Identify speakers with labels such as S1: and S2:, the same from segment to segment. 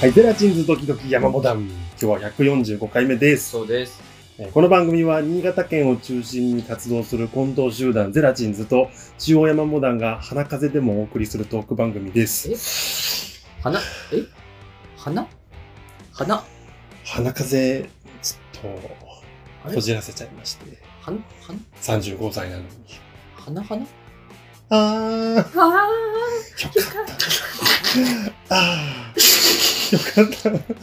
S1: はい、ゼラチンズドキドキ山モダン。今日は145回目です。
S2: そうです。
S1: えーこの番組は新潟県を中心に活動する混同集団ゼラチンズと中央山モダンが花風でもお送りするトーク番組です。
S2: 花、え花花
S1: 花風、ちょっと、
S2: あれ
S1: こじらせちゃいまして。
S2: 花花
S1: 35歳なのに。
S2: 花花
S1: あ
S2: あ
S1: ー、よかった。あー、よかった。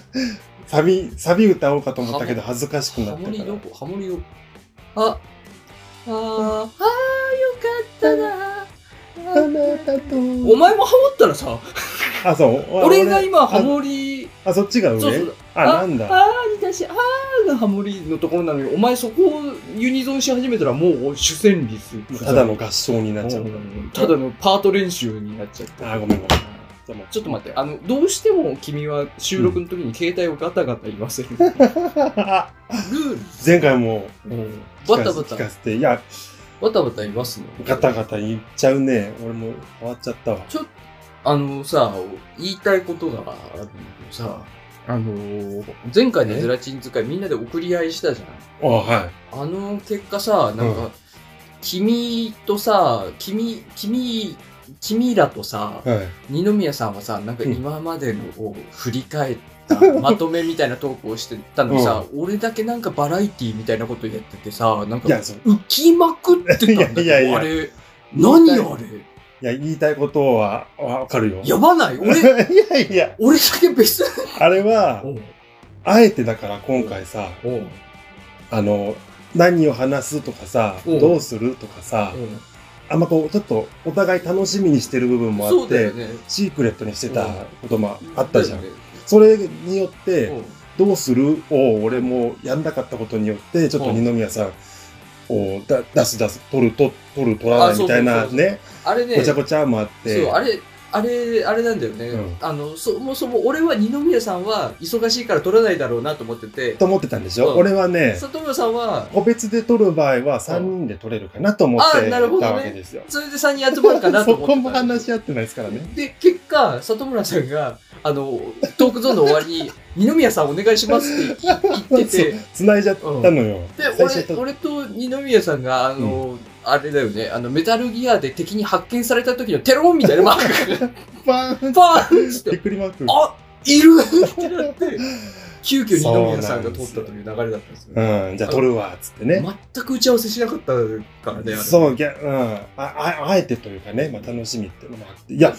S1: サビ、サビ歌おうかと思ったけど恥ずかしくな
S2: ハ
S1: った
S2: モ
S1: か
S2: リ
S1: ら
S2: よ。、ハモリよ。あ、あー、あー、よかった
S1: あ
S2: な。
S1: なたと。
S2: お前もハモったらさ、
S1: あ、そう。
S2: 俺が今ハモリ、
S1: あ、そっちが上
S2: そうそう、
S1: あ、なんだ。
S2: あーに対して、あーがハモリのところなのに、お前そこをユニゾンし始めたらもう主旋律。
S1: ただの合唱になっちゃう。
S2: うんただのパート練習になっちゃった。
S1: あー、ごめんごめん。でも
S2: ちょっと待って、あの、どうしても君は収録の時に携帯をガタガタ言わせる。ルー
S1: 前回も
S2: ル。
S1: 聞
S2: バ
S1: か
S2: タ
S1: せ
S2: バ
S1: 聞か
S2: タ、
S1: せて、いや、
S2: バタバタ言わすの。
S1: ガタガタ言っちゃうね。俺も変わっちゃったわ。
S2: ちょっと、あのさ、言いたいことがあるんだけどさ、あのー、前回のゼラチン使いみんなで送り合いしたじゃん。
S1: あはい。
S2: あの結果さ、なんか、
S1: うん
S2: 君とさ、君、君、君らとさ、
S1: はい。
S2: 二宮さんはさ、なんか
S1: うん
S2: 今までのを振り返 った、まとめみたいなトークをしてたのにさ、俺だけなんかバラエティーみたいなことやっててさ、なん
S1: い
S2: か
S1: や、そう。
S2: 浮きまくってたんだけど、
S1: いやいやいや
S2: あれ、何あ
S1: い
S2: れ
S1: や、言いたいことはわかるよ。
S2: やばな い
S1: い
S2: 俺、
S1: やいや、
S2: 俺だけ別に。
S1: あれは、
S2: おう
S1: あえてだから今回さ、
S2: おう
S1: あの、何を話すとかさ、
S2: うん
S1: どうするとかさ
S2: お、う
S1: あんまこう、ちょっとお互い楽しみにしてる部分もあ
S2: そ
S1: っ
S2: うだよ
S1: て、
S2: ね。
S1: シークレットにしてたこともあったじゃん
S2: だ。よね
S1: それによって、
S2: おう
S1: どうするを俺もやんなかったことによって、ちょっと
S2: うん
S1: 二宮さんをだ出す出す、取ると取る取らな
S2: あ
S1: い
S2: そう
S1: みたいな
S2: そうそう
S1: ね、
S2: あれね、
S1: ごちゃごちゃもあって。
S2: そう、あれ、あれ、あれなんだよね。
S1: うん
S2: あの、そもそも俺は二宮さんは忙しいから取らないだろうなと思ってて、
S1: と思ってたんでしょ、
S2: うん
S1: 俺はね、
S2: 里村さんは、
S1: 個別で取る場合は3人で取れるかなと思って
S2: あな
S1: た
S2: るほどね
S1: わけですよ。
S2: それで3人集まるかなと
S1: そ
S2: 思って
S1: こも話
S2: 合
S1: し合ってないですからね。
S2: で、結果、里村さんが、あの、トークゾーンの終わりに、二宮さんお願いしますって言言ってて、で、
S1: 繋いじゃったのよ。最初
S2: 俺、
S1: と
S2: 俺と二宮さんが、あの、あれだよね、あの、メタルギアで敵に発見された時のテロンみたいなマークが、
S1: バーン
S2: パーンっつ
S1: び
S2: っ、
S1: ってくりマーク。
S2: あいるってなって、急遽二宮さんが通ったという流れだったんですよね。
S1: うん、じゃあ取るわ、つってね。
S2: 全く打ち合わせしなかったからね、あれ。
S1: そう、ぎゃ、うん。あ、あ、あえてというかね、まあ楽しみってのもあって。いや、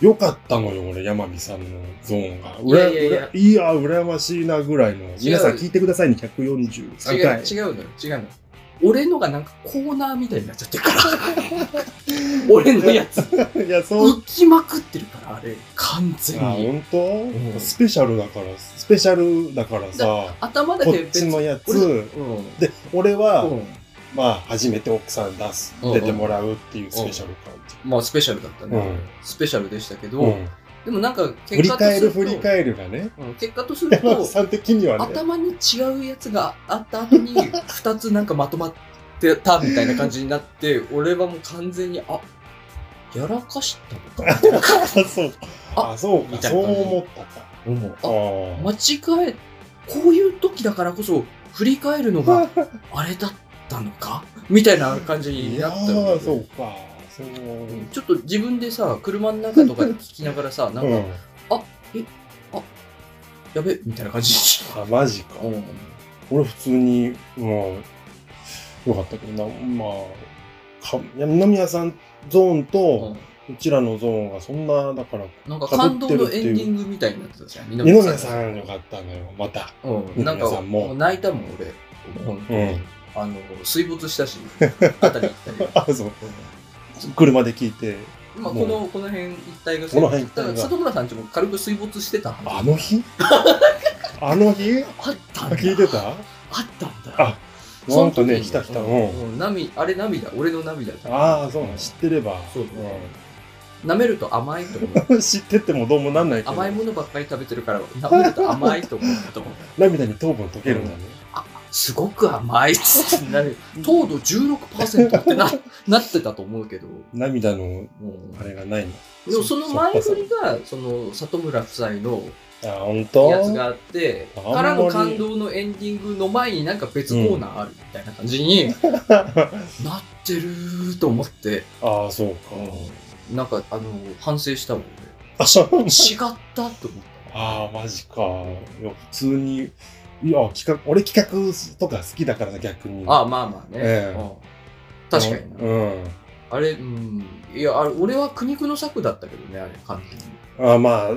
S1: よかったのよ、俺、山美さんのゾーンが。うら
S2: いやいやいや
S1: うらいや、羨ましいなぐらいの。皆さん聞いてくださいね、
S2: 違
S1: 143
S2: う
S1: 回。
S2: 違うのよ違うのよ俺のがなんかコーナーみたいになっちゃってるから 俺のやつ
S1: いや、そう。
S2: 浮きまくってるからあれ完全
S1: あ、
S2: に
S1: 本当、
S2: ん
S1: スペシャルだから、スペシャルだからさ、
S2: 頭だ
S1: こ
S2: け
S1: っちのや
S2: 俺
S1: つ。
S2: うん
S1: で、俺は、
S2: うん
S1: まあ、初めて奥さん出す、
S2: うん
S1: 出てもらうっていうスペシャル感じ。
S2: まあスペシャルだったね、
S1: うん
S2: スペシャルでしたけど、
S1: うん。
S2: でもなんか
S1: 振り
S2: 結果と
S1: 返
S2: す
S1: る
S2: ると
S1: 振り返るがね、
S2: うん結果とする
S1: 山美
S2: と
S1: さん的にはね、
S2: 頭に違うやつがあった 後に2つなんかまとまってたみたいな感じになって俺はもう完全にあやらかしたのかみたいな
S1: あ、そうか。
S2: あ
S1: あ、そうか。
S2: みた
S1: そ
S2: いな
S1: う
S2: 感じ
S1: 思ったか。
S2: うん
S1: あ
S2: あ
S1: ー
S2: 間違えこういう時だからこそ振り返る のがあれだったのかみたいな感じ
S1: い
S2: に
S1: や
S2: なった
S1: ー、
S2: よ
S1: そ
S2: ね
S1: うか。そう。
S2: うんちょっと自分でさ車の中とかで聞きながらさなんか、
S1: うん。
S2: やべみたいな感じ
S1: あ、マジか。
S2: うん
S1: 俺普通に、もう、よかったけどな、まあ、か二宮さんゾーンと、うちらのゾーンがそんな、だから、
S2: なんか感動のエンディングみたいになってたじゃん
S1: 二宮さんよかったのよ、また。
S2: うん、な
S1: 二
S2: ん
S1: 宮さ
S2: か
S1: んも
S2: もう泣いたもん俺、うん
S1: うん。
S2: あの水没し たしあたり行ったり
S1: あ、そう。車で聞いて、
S2: まあ、
S1: も
S2: こ
S1: う
S2: のこの辺一帯が
S1: この辺一帯が
S2: だから里村さんちも軽く水没してたはず
S1: あの日 あの日
S2: あったんだ
S1: 聞いてた
S2: あったんだ。
S1: あなんかね、
S2: その時に
S1: ひたひた。
S2: う
S1: うん
S2: ん。うん涙、あれ涙、俺の涙だ。
S1: ああ、そうなん、知ってれば。
S2: そうそう舐めると甘いと思う。
S1: うん知っててもどうもなんないけど。
S2: 甘いものばっかり食べてるから、舐めると甘いと思うと思う。
S1: 涙に糖分溶けるんだね。
S2: すごく甘いっつってなる。糖度16%っ てななってたと思うけど。
S1: 涙の
S2: うん
S1: あれがないの。
S2: でもその前振りが、その里村夫妻の
S1: あ、本
S2: て
S1: 当
S2: やつがあって
S1: あんまり
S2: からの感動のエンディングの前になんか別コーナーあるみたいな感 じになってるーと思って、
S1: ああ、そうか。
S2: なんかあの反省したもんね
S1: あ、そう
S2: 違ったと思っ た
S1: ああ、マジか。いや、普通に、いや、企画、俺企画とか好きだからな逆に。
S2: ああまあまあね、
S1: ええ
S2: うん確かにな、
S1: うん。
S2: あれうんいやあれ俺は苦肉の策だったけどねあれ完全に
S1: ああ、まあ、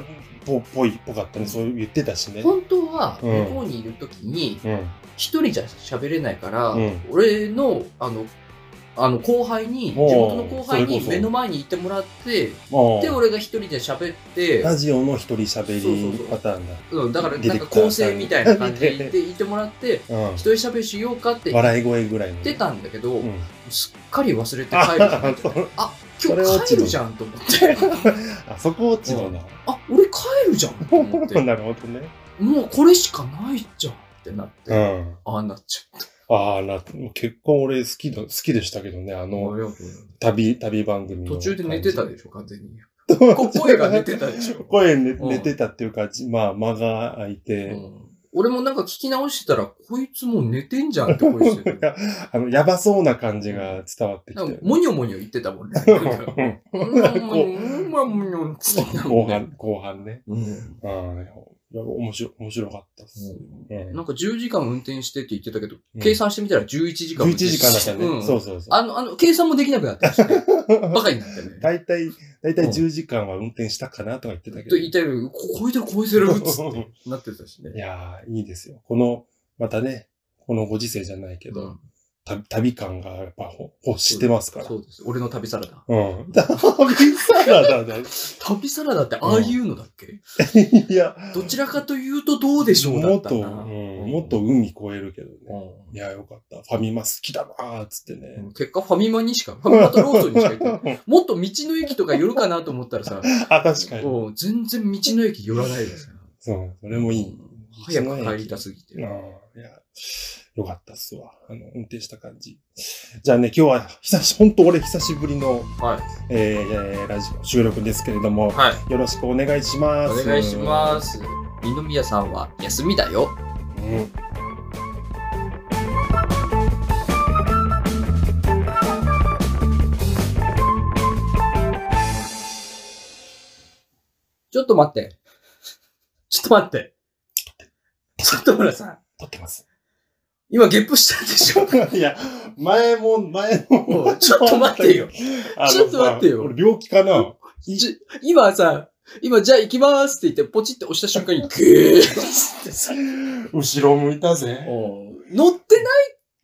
S1: ぽ、ぽい、ぽかったね。そう言ってたしね。
S2: 本当は
S1: うん
S2: 向こうにいる時に
S1: うん。
S2: 一人じゃ喋れないから、
S1: うん
S2: 俺のあのあの後輩に地
S1: おう
S2: 元の後輩
S1: それこ
S2: に
S1: そ
S2: 目の前にいてもらって
S1: も
S2: で俺が一人で喋って、
S1: ラジオの一人喋
S2: そうそうそ
S1: り
S2: う
S1: パターンだ。
S2: うん、だから
S1: ディ
S2: なん
S1: レ
S2: か
S1: クター
S2: 構
S1: さ
S2: 成
S1: んに
S2: みたいな感じで言っていてもらって一人喋りしようかっ
S1: う
S2: て
S1: ん。
S2: 言っ
S1: 笑い声ぐらいの。
S2: てたんだけど、
S1: うん。
S2: すっかり忘れて
S1: あ
S2: 帰るじゃん
S1: そう
S2: あ
S1: それ
S2: 今
S1: 落
S2: 日帰
S1: ちる
S2: るじゃんと思って
S1: あそこ落ちるな。
S2: あ俺帰るじゃんと思 って
S1: なるほどね。
S2: もうこれしかないじゃんってなって、
S1: うん。
S2: ああなっちゃった
S1: ああ、な、結構俺好きだ、好きでしたけどね、あの、旅、旅番組の。
S2: 途中で寝てた。でしょ完全にこ声が寝てたでしょ
S1: 声寝
S2: うん
S1: 寝てたっていうか、じまあ、間が空いうて、
S2: ん俺もなんか聞き直してたら、こいつもう寝てんじゃんって声してる。
S1: あの、やばそうな感じが伝わってき
S2: な
S1: て
S2: んか。もにょもにょ言ってたも んね。
S1: うん
S2: うんまあもにょっつってた
S1: 後
S2: もんね
S1: 半、後半ね。
S2: う
S1: う
S2: ん
S1: ん。いや、面白、面白かったっす。うん
S2: なんか10時間運転してって言ってたけど
S1: う、ん
S2: 計算してみたら11時間運
S1: 11
S2: 転
S1: 時間だったね。
S2: うん
S1: そうそうそう。
S2: あの、あの、計算もできなくなってまし たね。バカになったね。
S1: だいたい、だいたい
S2: うん
S1: 10時間は運転したかなとか言ってたけ
S2: と
S1: ど。
S2: 言いたいよ。こ超えてる超えてるっつってなってた し
S1: い
S2: ね。
S1: やー、いいですよ。この、またね、このご時世じゃないけど、
S2: うん
S1: 旅旅感がやっぱほ欲してますから。
S2: そうです。俺の旅サラダ。
S1: うん。旅サラダだ。
S2: 旅サラダってああいうのだっけ
S1: いや、
S2: どちらかというとどうでしょうだ
S1: も
S2: っ
S1: ったと、う
S2: な。
S1: ん、もっと海超えるけどね。
S2: うん
S1: いや、よかった。ファミマ好きだなーっつってね。
S2: 結果ファミマにしか、ファミマとローソンにしか行ってない。もっと道の駅とか寄るかなと思ったらさ、
S1: あ、確かに。
S2: もう全然道の駅寄らないですね。
S1: そう、それもいい。
S2: 早く帰りたす
S1: うん、
S2: ぎ
S1: い
S2: て。
S1: や、よかったっすわ。あの、運転した感じ。じゃあね、今日は、久し、本当俺久しぶりの、
S2: は
S1: えーえーラジオ収録ですけれども
S2: い。、はい。
S1: よろしくお願いします。
S2: お願いします。二宮さんは休みだよ。
S1: うん。
S2: ちょっと待って。ちょっと待って。ちょっと村さん。
S1: 撮ってます。
S2: 今ゲップした でしょ
S1: いや、前も、前も。
S2: おいちょっと待ってよ。
S1: あの
S2: ちょっと待ってよ
S1: さ俺病気か な
S2: ち今さ、今じゃあ行きますって言ってポチって押した瞬間にゲーッってさ。
S1: 後ろ向いたぜ。
S2: おう乗ってな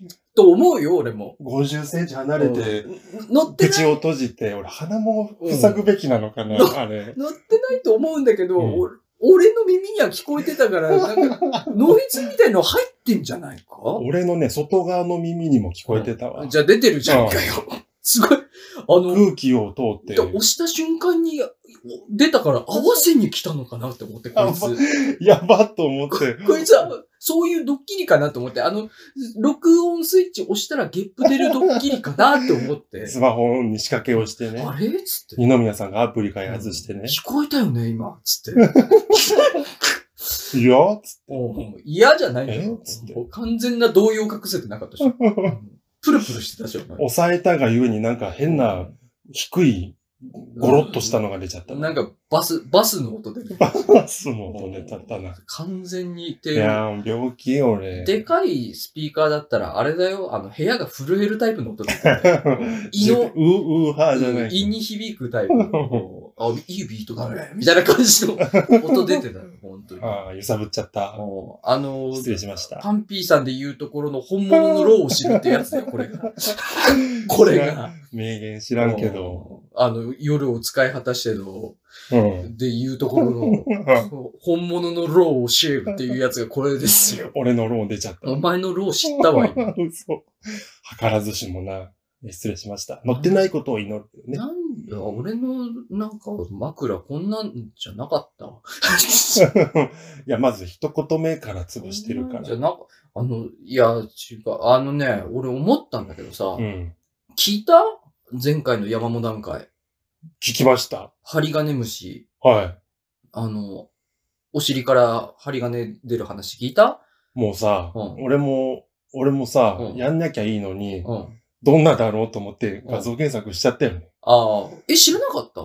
S2: いと思うよ、俺も。
S1: 50センチ離れて、
S2: 乗ってない
S1: 口、を閉じて、俺鼻も塞ぐべきなのかな、
S2: うん
S1: あれ。
S2: 乗ってないと思うんだけど、
S1: うん
S2: 俺俺の耳には聞こえてたから、なんか、ノイズみたいの入ってんじゃないか
S1: 俺のね、外側の耳にも聞こえてたわ。
S2: じゃあ出てるじゃんかよ。すごい。あの、
S1: 空気を通って、
S2: 押した瞬間に出たから合わせに来たのかなって思って、こいつ。
S1: やばっと思って。
S2: こいつは、そういうドッキリかなと思って、あの、録音スイッチ押したらゲップ出るドッキリかなって思って。
S1: スマホに仕掛けをしてね
S2: あ。れっつって。
S1: 二宮さんがアプリ開発してね。
S2: 聞こえたよね、今。つって。
S1: いやーっつっ
S2: おう嫌じゃない
S1: え
S2: の
S1: つって
S2: 完全な動揺隠せてなかっ たし。うんプルプルしてたし、お
S1: て、抑えたがゆえになんか変な、低い、ゴロッとしたのが出ちゃった
S2: 前。
S1: な。
S2: なんか、バス、バスの音で。
S1: バスも飛んでたったな。
S2: 完全に
S1: い
S2: 低音。
S1: やー、病気よ、俺。
S2: でかいスピーカーだったら、あれだよ、あの、部屋が震えるタイプの音だった。胃
S1: う、
S2: の
S1: う、うはーじゃない。
S2: 胃に響くタイプ のこうあ、いいビートだね、みたいな感じの音出てたよ、本当に。
S1: ああ、揺さぶっちゃった。
S2: もうあのー
S1: 失礼しました。
S2: パンピーさんで言うところの本物のローを知るってやつだよ、これが。これが。
S1: 名言知らんけど。
S2: あの、夜を使い果たしての、
S1: うん。
S2: で言うとこ ろの、そう本物のローを教えるっていうやつがこれですよ。
S1: 俺のローン出ちゃった。
S2: お前のロー知ったわ、 今。
S1: 嘘。計らずしもな。失礼しました。乗ってないことを祈るけどね。
S2: なんだ、俺の、なんか、枕こんなんじゃなかったわ。
S1: いや、まず一言目から潰してるか
S2: じ
S1: ら
S2: ゃ。なんか、あの、いや、違う、あのね、俺思ったんだけどさ、
S1: うん。
S2: 聞いた前回の山本段階。
S1: 聞きました。
S2: ハリガネムシ。
S1: は
S2: あの、お尻から針金出る話聞いた
S1: もうさ、
S2: うん
S1: 俺も、俺もさ、
S2: うん
S1: やんなきゃいいのに、
S2: うん。
S1: どんなだろうと思って画像検索しちゃったよね。
S2: ああ。え、知らなかった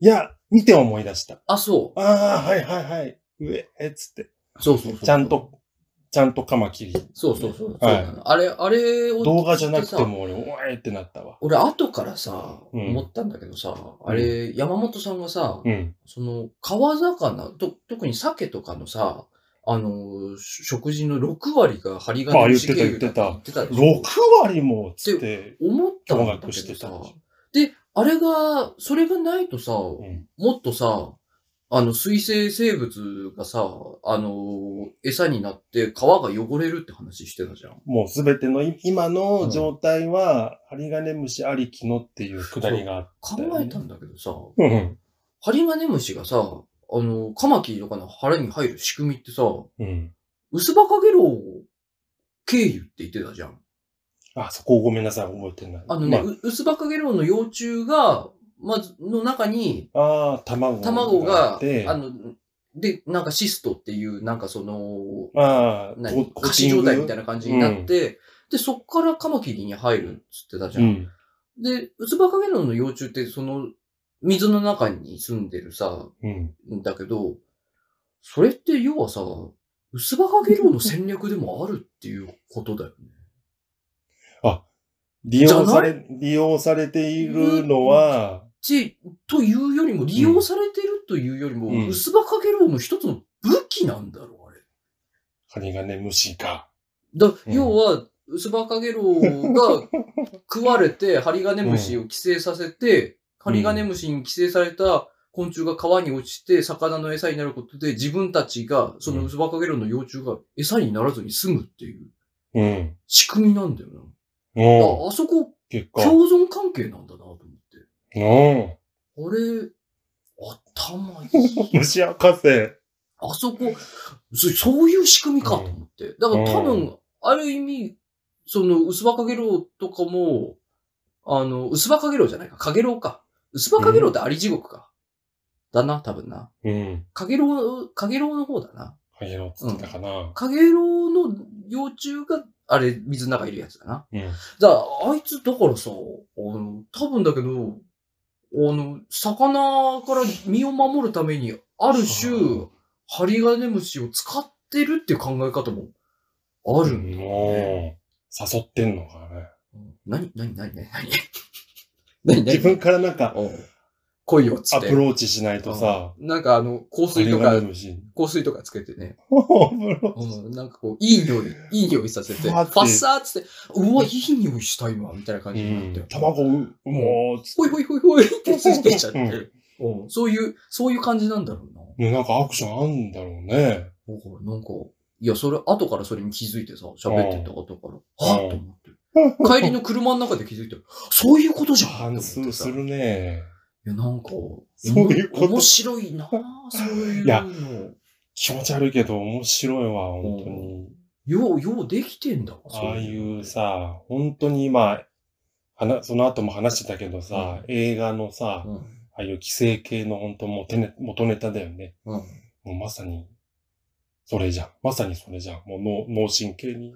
S1: いや、見て思い出した。
S2: あ、そ
S1: ああ、はいはいはい。上、えっつって。
S2: う。そうそうそう。
S1: ちゃん。と、ちゃんとカマキリ。
S2: そうそうそう。
S1: はい
S2: そうなのあれ、あれを。
S1: 動画じゃなくて。も俺、おえってなったわ。
S2: 俺、後からさ、
S1: うん
S2: 思ったんだけどさ、あれ、山本さんがさ、
S1: うん。
S2: その、川魚、と、特に鮭とかのさ、あの、し食事の6割が針金
S1: あ言
S2: の
S1: ってた
S2: 刺
S1: 言
S2: 激
S1: ってた
S2: だって言ってたでしょ
S1: 6割も、つって。
S2: 思ったんだ
S1: 驚愕
S2: け
S1: して
S2: ど
S1: た
S2: さ。で、あれが、それがないとさ、
S1: うん。
S2: もっとさ、あの、水生生物がさ、あの、餌になって皮が汚れるって話してたじゃん。
S1: もうすべてのい今の状態は、針金虫ありきのっていうくだりがあっ
S2: 考
S1: たよね
S2: えたんだけどさ、
S1: うんうん。
S2: ハリガネムシがさ、あの、カマキリとかの腹に入る仕組みってさ、
S1: うん。
S2: ウスバカゲロウ経由って言ってたじゃん。
S1: あ、そこごめんなさい、覚えてない。
S2: あのね、
S1: ま
S2: うウスバカゲロウの幼虫が、まず、の中に、
S1: ああー、卵
S2: 卵
S1: あ
S2: が、あ
S1: って
S2: の、で、なんかシストっていう、なんかその、
S1: ああ、
S2: 何仮死状態みたい
S1: な。
S2: な感じになって、で、そっからカマキリに入るっつってたじゃ。
S1: うんん。
S2: で、ウツバカゲロウの幼虫って、その、水の中に住んでるさ、
S1: うん。
S2: んだけど、それって要はさ、ウスバカゲロウの戦略でもあるっていうことだよね。
S1: 利用され、利用されているのは、
S2: ち、というよりも、利用されてるというよりも、
S1: うん
S2: ウスバカゲロウの一つの武器なんだろう、あれ。
S1: 針金虫が。
S2: だ、
S1: うん
S2: 要は、ウスバカゲロウが食わ れて、ハリガネムシを寄生させて、ハリガネムシに寄生された昆虫が川に落ちて、魚の餌になることで、自分たちが、そのウスバカゲロウの幼虫が餌にならずに済むっていう
S1: うん。
S2: 仕組みなんだよな。
S1: うん。
S2: ああそこ、
S1: 結果。
S2: 共存関係なんだなと思って。
S1: うん。
S2: あれ、頭いい。
S1: 虫博士。
S2: あそこ、そそういう仕組みかと思って。だから多
S1: う
S2: 分、ある意味、その、ウスバカゲロウとかも、あの、ウスバカゲロウじゃないか、カゲロウか。ウスバカゲロウってアリ地獄か。だな、多分な。
S1: うん。
S2: カゲロウ、カゲロウの方だな。
S1: はい、やろうっつってたかな。
S2: カゲロウの幼虫が、あれ、水の中いるやつだな。
S1: うん。
S2: だから、あいつ、だからさ、あの、多分だけど、あの、魚から身を守るために、ある種、ハリガネムシを使ってるっていう考え方もあるんだね。
S1: もう、誘ってんのかね。
S2: 何何何何 何何何
S1: 自分からなんか、
S2: うん恋をつ
S1: ア
S2: って
S1: プ。ローチしないとさ、
S2: なんかあの、香水
S1: 針
S2: とか
S1: 金、虫。
S2: 香水とかつけてね。
S1: アプロ
S2: うん、なんかこう、いい匂い、いい匂いさせて、
S1: ふ
S2: フ
S1: わ
S2: ァ
S1: って
S2: ッサーっつって、うわ、いい匂いした今、みたいな感
S1: う
S2: じになって。
S1: ん。卵を産もうっつって
S2: ほいほいほいほいってついてっちゃって
S1: うん
S2: る。うんそういう、そういう感じなんだろうな。
S1: ねなんかアクションあんだろうね。
S2: だからなんか、いや、それ、後からそれに気づいてさ、喋ってた後から、は
S1: うん
S2: ぁと思って。帰りの車の中で気づいて、そういうことじゃん
S1: 反
S2: と思
S1: 数
S2: って
S1: す
S2: さ。い
S1: るね。
S2: や、なんか、
S1: そういうこと
S2: 面白いなぁ、そういう
S1: いや
S2: の。
S1: 気持ち悪いけど面白いわ、本当に。
S2: よう、ようできてんだわ
S1: ああいう。
S2: そ
S1: さ、本当に今、話その後も話してたけどさ、映画のさ、
S2: ういうのって
S1: ああいう規制系の本当元ネ元ネタだよね。
S2: うん。うん。
S1: もうまさに、それじゃん。まさにそれじゃん。もう脳脳神経に。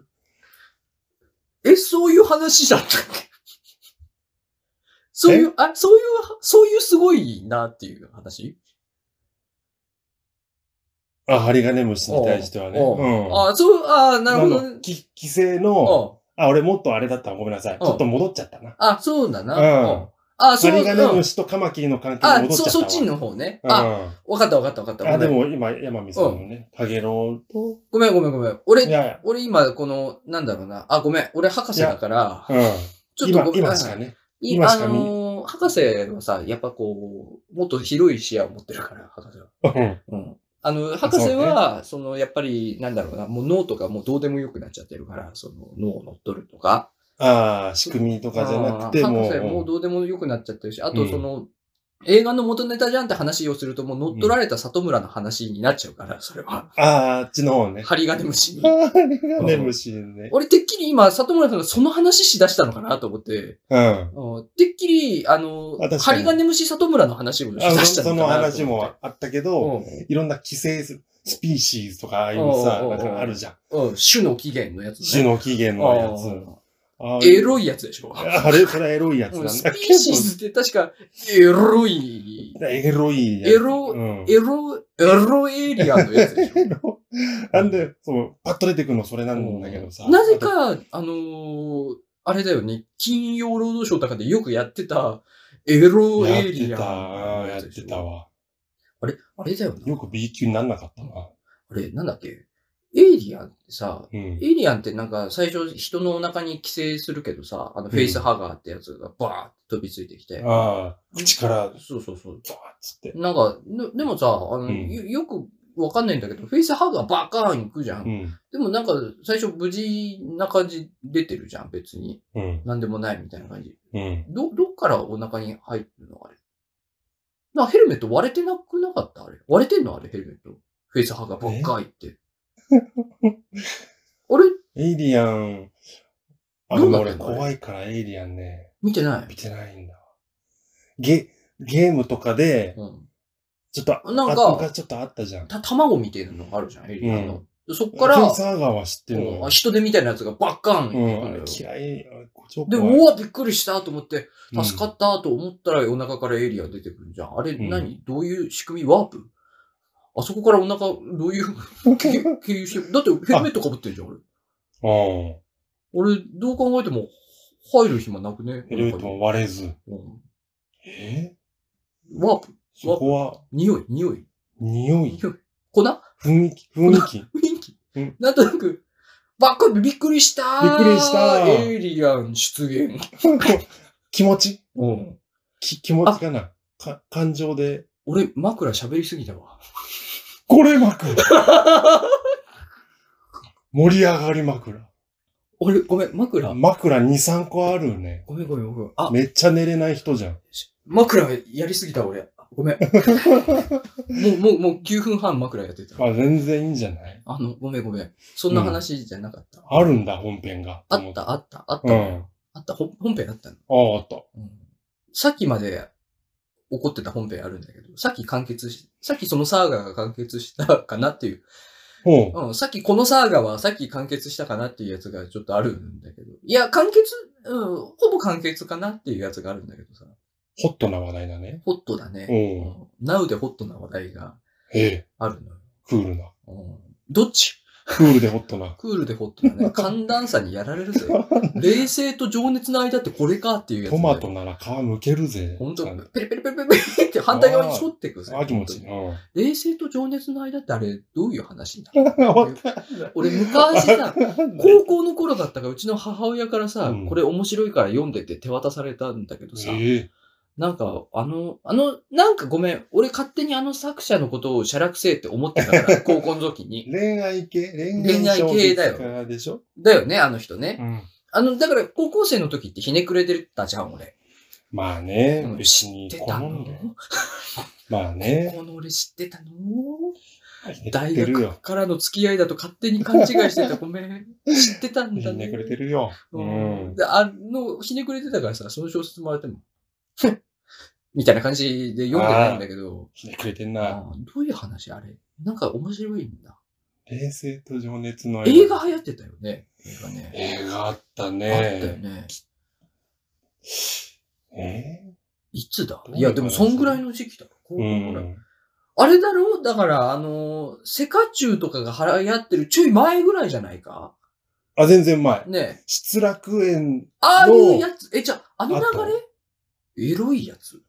S2: え、そういう話だったっけそういう、あ、そういう、そういうすごいなっていう話
S1: あ、針金虫に対してはね。
S2: おう
S1: うん。
S2: あ、そう、あなるほど
S1: な
S2: ね
S1: の。き規制の、
S2: うん
S1: あ、俺もっとあれだったわごめんなさい。ち
S2: うん
S1: ょっと戻っちゃったな。
S2: あ、そうだな。
S1: うん
S2: うんあ、そう
S1: 針金
S2: うん
S1: 虫とカマキリの関係に
S2: あ、
S1: 戻っちゃ
S2: そ、
S1: った
S2: そ
S1: わ。
S2: っちの方ね。
S1: うん。
S2: あ、
S1: あ、
S2: わかったわかったわかった。ごめ
S1: で
S2: ん
S1: も今、山美さんのね、ハゲロウと、
S2: ごめんごめんごめん。
S1: い
S2: 俺、
S1: やいや、
S2: 俺今この、なんだろうな。あ、ごめん。俺博士だから、
S1: うん。
S2: ちょっと
S1: 今
S2: ご、めん
S1: 今しかね。
S2: い
S1: 今しか
S2: あ
S1: 見
S2: のー博士はさ、やっぱこう、もっと広い視野を持ってるから、博士は。
S1: うん。
S2: うん。あの、博士は、その、やっぱり、なんだろうな、もう脳とかもうどうでもよくなっちゃってるから、その、脳を乗っ取るとか。
S1: ああ、仕組みとかじゃなくて
S2: あー
S1: も
S2: 博士もう
S1: う、
S2: どうでもよくなっちゃってるし、あ
S1: う
S2: と
S1: ん
S2: その、映画の元ネタじゃんって話をすると、もう乗っ取られた里村の話になっちゃうから、それは。
S1: ああ、あっちの方ね。
S2: 針金虫に。
S1: 針金虫ね。
S2: 俺、てっきり今、里村さんがその話しだしたのかなと思って、
S1: うん。
S2: うんてっきり、あの
S1: あ確か、に
S2: 針金虫里村の話をし
S1: あ
S2: だ
S1: の
S2: した
S1: そ
S2: のか
S1: の
S2: なと思って。
S1: 話もあったけど、
S2: うん
S1: いろんな規制する。スピーシーズとかああいうさ、
S2: おうおうお
S1: な
S2: うん
S1: かあるじゃん。
S2: うん、種の起源のやつね。
S1: 種の起源のやつ。ああ
S2: あーエロいやつで しょ。
S1: ああれ、それエロいやつ
S2: う
S1: なん
S2: ん
S1: だ
S2: ス
S1: け
S2: ピ
S1: ど。
S2: ーシーズって確か、エロい、
S1: エロいやつ。
S2: エロ
S1: うん
S2: エロ、エロエイリアンのやつでしょ。
S1: なんで、そう、パッと出てくるのそれなんだけどさ。
S2: なぜか、あのーあれだよね、金曜ロードショーとかでよくやってた、エロ
S1: やっ
S2: エ
S1: て
S2: イリ
S1: た、
S2: アンの
S1: やっ
S2: つでしてょ
S1: た。わ。
S2: あれ、あれだよな。
S1: よく B 級になんなかったな。
S2: あれ、なんだっけ。エイリアンってさ、
S1: うん。
S2: エイリアンってなんか最初人のお腹に寄生するけどさ、あのフェイスハガーってやつがバーって飛びついてきて。
S1: ああ、口から、
S2: そうそうそう。
S1: ドワッつって。
S2: なんか、ででもさ、あの、
S1: うん
S2: よよくわかんないんだけど、フェイスハガーバカーン行くじゃん。
S1: うん。
S2: でもなんか最初無事な感じ出てるじゃん、別に。
S1: うん。
S2: なんでもないみたいな感じ。
S1: うん。
S2: ど、どっからお腹に入るのあれ。なんかヘルメット割れてなくなかったあれ。割れてんのあれ、ヘルメット。フェイスハガーばっかいって。 あれ
S1: エイリアン、あ、で
S2: ど
S1: も
S2: うなっ
S1: 俺
S2: てんのあれ
S1: 怖いからエイリアンね、
S2: 見てない
S1: 見。てないんだわ。ゲ、ゲームとかで、
S2: うん。
S1: ちょっと、あ
S2: なんか
S1: 昔ちょっとあったじゃん。
S2: た、卵みたいなのあるじゃん、ヘリアの。そっか
S1: フェ
S2: ら
S1: イ、サーガーは知ってるの
S2: うん
S1: よ
S2: あ。人手みたいなやつがバッカン、
S1: うん、あれ嫌い。あれ超
S2: で、
S1: 怖いう
S2: わ、びっくりしたと思って、
S1: ん
S2: 助かったと思ったらお腹からエイリアン出てくるじゃん。あれ
S1: うん
S2: 何、どういう仕組みワープあそこからお腹、どういう経由経由して、だってヘルメットかぶってるじゃん、俺。
S1: うん。
S2: 俺、どう考えても入る暇なくね。
S1: ヘルメットも割れず。
S2: うん
S1: え
S2: ワープ
S1: そこは、
S2: 匂い匂い
S1: 匂
S2: 匂い
S1: い
S2: 粉雰
S1: 雰囲気雰囲気
S2: 囲気、
S1: うん
S2: なんとなく、ばっかりびっくりしたー
S1: びっくりしたー
S2: エイリアン出現。
S1: 気持ち
S2: うん
S1: き気持ちかなか感情で。
S2: 俺、枕喋りすぎたわ。
S1: これ枕盛り上がり枕。
S2: 俺、ごめん、枕。
S1: 枕2、3個あるね。
S2: ごめんごめんごめん。あ、
S1: めっちゃ寝れない人じゃん。
S2: し枕やりすぎた俺。ごめん。もう、もう、もう9分半枕やってた。
S1: あ、全然いいんじゃない
S2: あの、ごめんごめん。そんな話じゃなかった。
S1: あるんだ、本編が。
S2: あった、あった、あった
S1: う。ん。あ
S2: あった、ほん本編あったの、
S1: あ、あった。
S2: うんさっきまで怒ってた本編あるんだけど、さっき完結し、さっきそのサーガーが完結したかなっていう。
S1: ほ
S2: うん、さっきこのサーガーはさっき完結したかなっていうやつがちょっとあるんだけど。いや、完結、うん、ほぼ完結かなっていうやつがあるんだけどさ。
S1: う。ホットな話題だね。
S2: ホットだね。
S1: うん。
S2: ナウでホットな話題が
S1: ええ、
S2: あるのよ。
S1: クールな。
S2: うんどっち
S1: クールでホットな。
S2: クールでホット だね。寒暖差にやられるぜ。冷静と情熱の間ってこれかっていうやつ、
S1: トマト。なら皮むけるぜ。
S2: ほんと
S1: ちゃんと、
S2: ペリペリペリペリペリって反対側に沿っていくぜ。
S1: あ、気持ちいい。うん。
S2: 冷静と情熱の間ってあれ、どういう話 だ
S1: わかんない
S2: 俺昔 さ、
S1: わかんない
S2: 高校の頃だったから、うちの母親からさ、
S1: うん
S2: これ面白いから読んでって手渡されたんだけどさ、
S1: ええ
S2: なんか、あの、あの、なんかごめん、俺勝手にあの作者のことをシャラくせえって思ってた から、高校の時に。
S1: 恋愛系恋
S2: 恋愛系だよ
S1: 小説家でしょ
S2: だよね、あの人ね。
S1: うん。
S2: あの、だから高校生の時ってひねくれてたじゃん、俺。
S1: まあね
S2: うん、
S1: 別
S2: 知っ
S1: に
S2: て
S1: 好
S2: たの
S1: んで。まあね。
S2: この俺知ってたの
S1: 言
S2: 大
S1: ってるよ
S2: 学。からの付き合いだと勝手に勘違いして た。ごめん。知ってたん
S1: ひ
S2: だ
S1: ね
S2: ね。
S1: くれてるよ。う
S2: うん。
S1: ん。
S2: であの、ひねくれてたからさ、その小説もらって も、ふんみたいな感じで読んでないんだけど、
S1: ひねくれてん
S2: あ
S1: な。
S2: ーどういう話あれなんか面白いんだ。
S1: 冷静と情熱の間
S2: 映画流行ってたよね。映画ね。
S1: 映画あった
S2: あったよ
S1: ね。
S2: ね。
S1: え
S2: いつだ
S1: どういう話
S2: いや、でもそんぐらいの時期だ。高校
S1: う
S2: のぐらい
S1: ん。
S2: あれだろだから、あのー、セカチュウとかが流行ってるちょい前ぐらいじゃないか
S1: あ、全然前。
S2: ねえ
S1: 失楽 園。
S2: ああい
S1: どう
S2: うやつ、え、じゃあ、あの流れエロいやつ